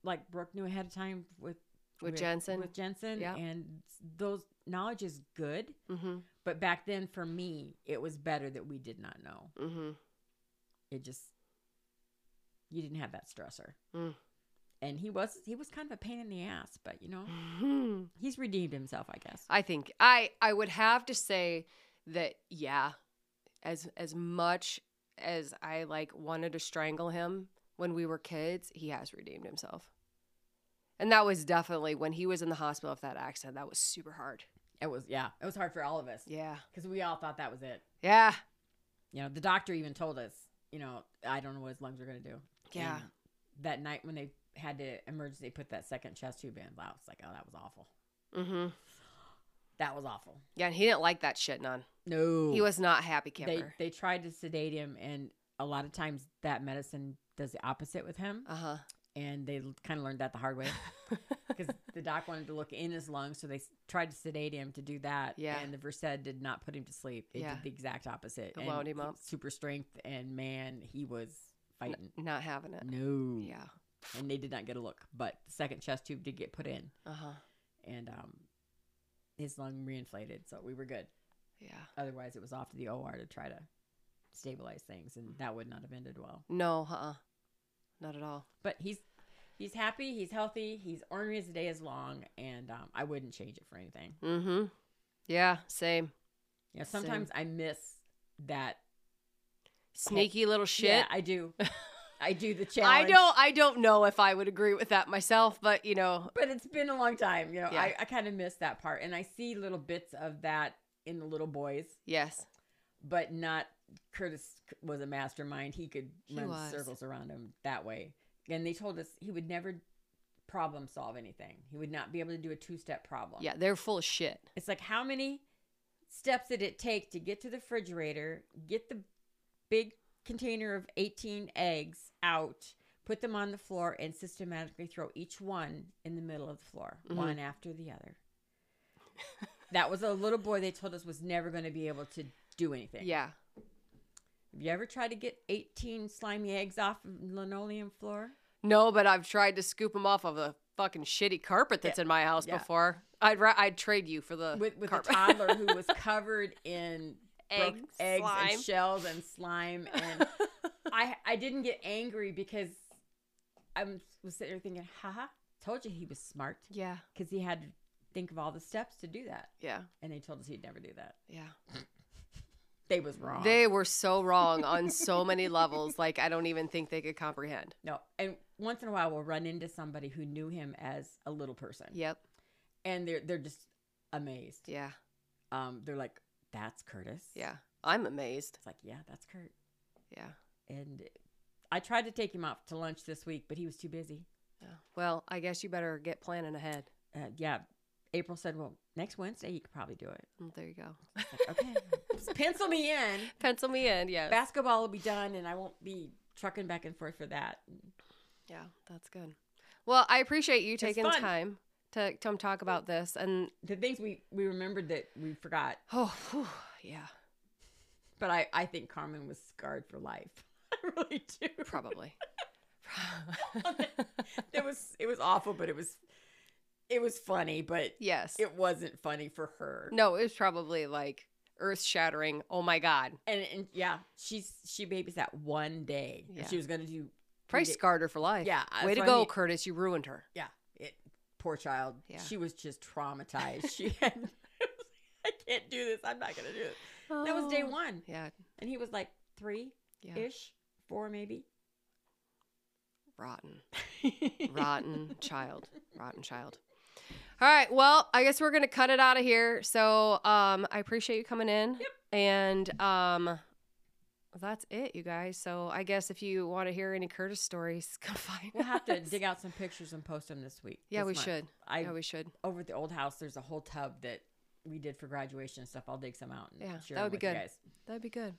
S2: Like Brooke knew ahead of time with
S1: With Jensen.
S2: with Jensen,
S1: Yeah.
S2: and those knowledge is good.
S1: mm-hmm.
S2: But back then, for me, it was better that we did not know.
S1: Mm-hmm.
S2: it just you didn't have that stressor
S1: Mm.
S2: and he was he was kind of a pain in the ass but you know
S1: hmm
S2: he's redeemed himself i guess
S1: I think I I would have to say that yeah, as as much as I like wanted to strangle him when we were kids, he has redeemed himself. And that was definitely when he was in the hospital with that accident. That was super hard.
S2: it was yeah it was hard for all of us
S1: Yeah.
S2: because we all thought that was it
S1: Yeah.
S2: you know the doctor even told us you know i don't know what his lungs are going to do
S1: Yeah.
S2: And that night when they had to emergency put that second chest tube in i was like oh that was awful
S1: Mm-hmm.
S2: that was awful
S1: Yeah, and he didn't like that shit none.
S2: no
S1: He was not a happy
S2: they,
S1: camper.
S2: they tried to sedate him and a lot of times that medicine does the opposite with him
S1: uh-huh.
S2: and they kind of learned that the hard way because the doc wanted to look in his lungs, so they s- tried to sedate him to do that.
S1: Yeah.
S2: and the Versed did not put him to sleep. It
S1: Yeah.
S2: did the exact opposite.
S1: It
S2: and
S1: wound him up.
S2: Super strength, and man, he was fighting.
S1: not having it.
S2: No,
S1: Yeah.
S2: and they did not get a look. But the second chest tube did get put in,
S1: Uh-huh.
S2: and um, his lung reinflated, so we were good.
S1: Yeah.
S2: Otherwise, it was off to the OR to try to stabilize things, and that would not have ended well.
S1: No, uh-uh. Not at all.
S2: But he's. He's happy. He's healthy. He's ornery as the day is long, and um, I wouldn't change it for anything.
S1: Mm-hmm. Yeah, same.
S2: Yeah,
S1: Same.
S2: sometimes I miss that.
S1: Sneaky little shit.
S2: Yeah, I do. I do the
S1: I
S2: challenge.
S1: don't I don't know if I would agree with that myself, but you know,
S2: But it's been a long time. You know,
S1: Yeah.
S2: I, I kind of miss that part, and I see little bits of that in the little boys,
S1: yes.
S2: but not. Curtis was a mastermind. He could
S1: He
S2: run
S1: was.
S2: circles around him that way. And they told us he would never problem solve anything. He would not be able to do a two step problem.
S1: Yeah, they're full of shit.
S2: It's like how many steps did it take to get to the refrigerator, get the big container of 18 eggs out, put them on the floor, and systematically throw each one in the middle of the floor,
S1: Mhm.
S2: one after the other. that was a little boy they told us was never going to be able to do anything.
S1: Yeah.
S2: Have you ever tried to get 18 slimy eggs off the linoleum floor?
S1: No, but I've tried to scoop them off of the fucking shitty carpet that's in my house
S2: Yeah.
S1: before. I'd ra- I'd trade you for the
S2: With, with a
S1: carpet.
S2: toddler who was covered in
S1: Egg
S2: broke eggs
S1: slime.
S2: and shells and slime and I I didn't get angry because I was sitting there thinking, haha, told you he was smart
S1: yeah.
S2: because he had to think of all the steps to do that,
S1: Yeah.
S2: and they told us he'd never do that.
S1: Yeah.
S2: They was wrong.
S1: They were so wrong on so many levels. Like I don't even think they could comprehend.
S2: no, and once in a while we'll run into somebody who knew him as a little person,
S1: Yep.
S2: and they're they're just amazed.
S1: Yeah.
S2: Um, they're like, that's Curtis.
S1: Yeah. I'm amazed.
S2: it's like yeah, that's Kurt.
S1: Yeah.
S2: And I tried to take him out to lunch this week, but he was too busy.
S1: Yeah. Well, I guess you better get planning ahead.
S2: Uh, yeah, April said, well, next Wednesday you could probably do it.
S1: Well, Mm, there you go.
S2: Like, okay, just pencil me in.
S1: Pencil me in. Yes.
S2: Basketball will be done, and I won't be trucking back and forth for that.
S1: Yeah, that's good. Well, I appreciate you
S2: It's
S1: taking
S2: fun.
S1: time to come talk about this. And
S2: The things we we remembered that we forgot,
S1: oh, whew, yeah,
S2: but I I think Carmen was scarred for life. I really do.
S1: probably.
S2: It was it was awful, but it was it was funny, but
S1: yes.
S2: it wasn't funny for her.
S1: No, it was probably like earth shattering. Oh my God.
S2: And and yeah, she's she babysat one day. and
S1: Yeah.
S2: She was gonna do
S1: Probably
S2: did-
S1: scarred her for life.
S2: yeah.
S1: Way
S2: that's
S1: to
S2: what I
S1: go,
S2: mean.
S1: Curtis. You ruined her.
S2: Yeah, it poor child.
S1: Yeah.
S2: She was just traumatized. She had, I can't do this. I'm not going to do it. That was day
S1: Oh.
S2: one.
S1: Yeah,
S2: And he was like three
S1: yeah.
S2: ish, four maybe.
S1: Rotten, rotten child, rotten child. All right. Well, I guess we're gonna cut it out of here. So, um, I appreciate you coming in. Yep. And um, that's it, you guys. So, I guess if you want to hear any Curtis stories, come find.
S2: We'll have to
S1: us.
S2: dig out some pictures and post them this week.
S1: Yeah,
S2: this
S1: we
S2: month.
S1: should.
S2: I
S1: yeah, we should.
S2: over at the old house. There's a whole tub that we did for graduation and stuff. I'll dig some out. And
S1: Yeah,
S2: share
S1: that
S2: them
S1: would be
S2: with
S1: good.
S2: You guys.
S1: That'd be good.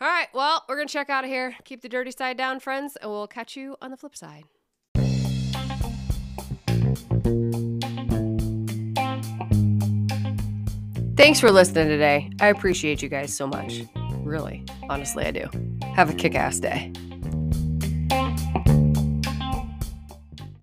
S1: All right. Well, we're gonna check out of here. Keep the dirty side down, friends, and we'll catch you on the flip side. Thanks for listening today. I appreciate you guys so much. Really, honestly, I do. Have a kick ass day.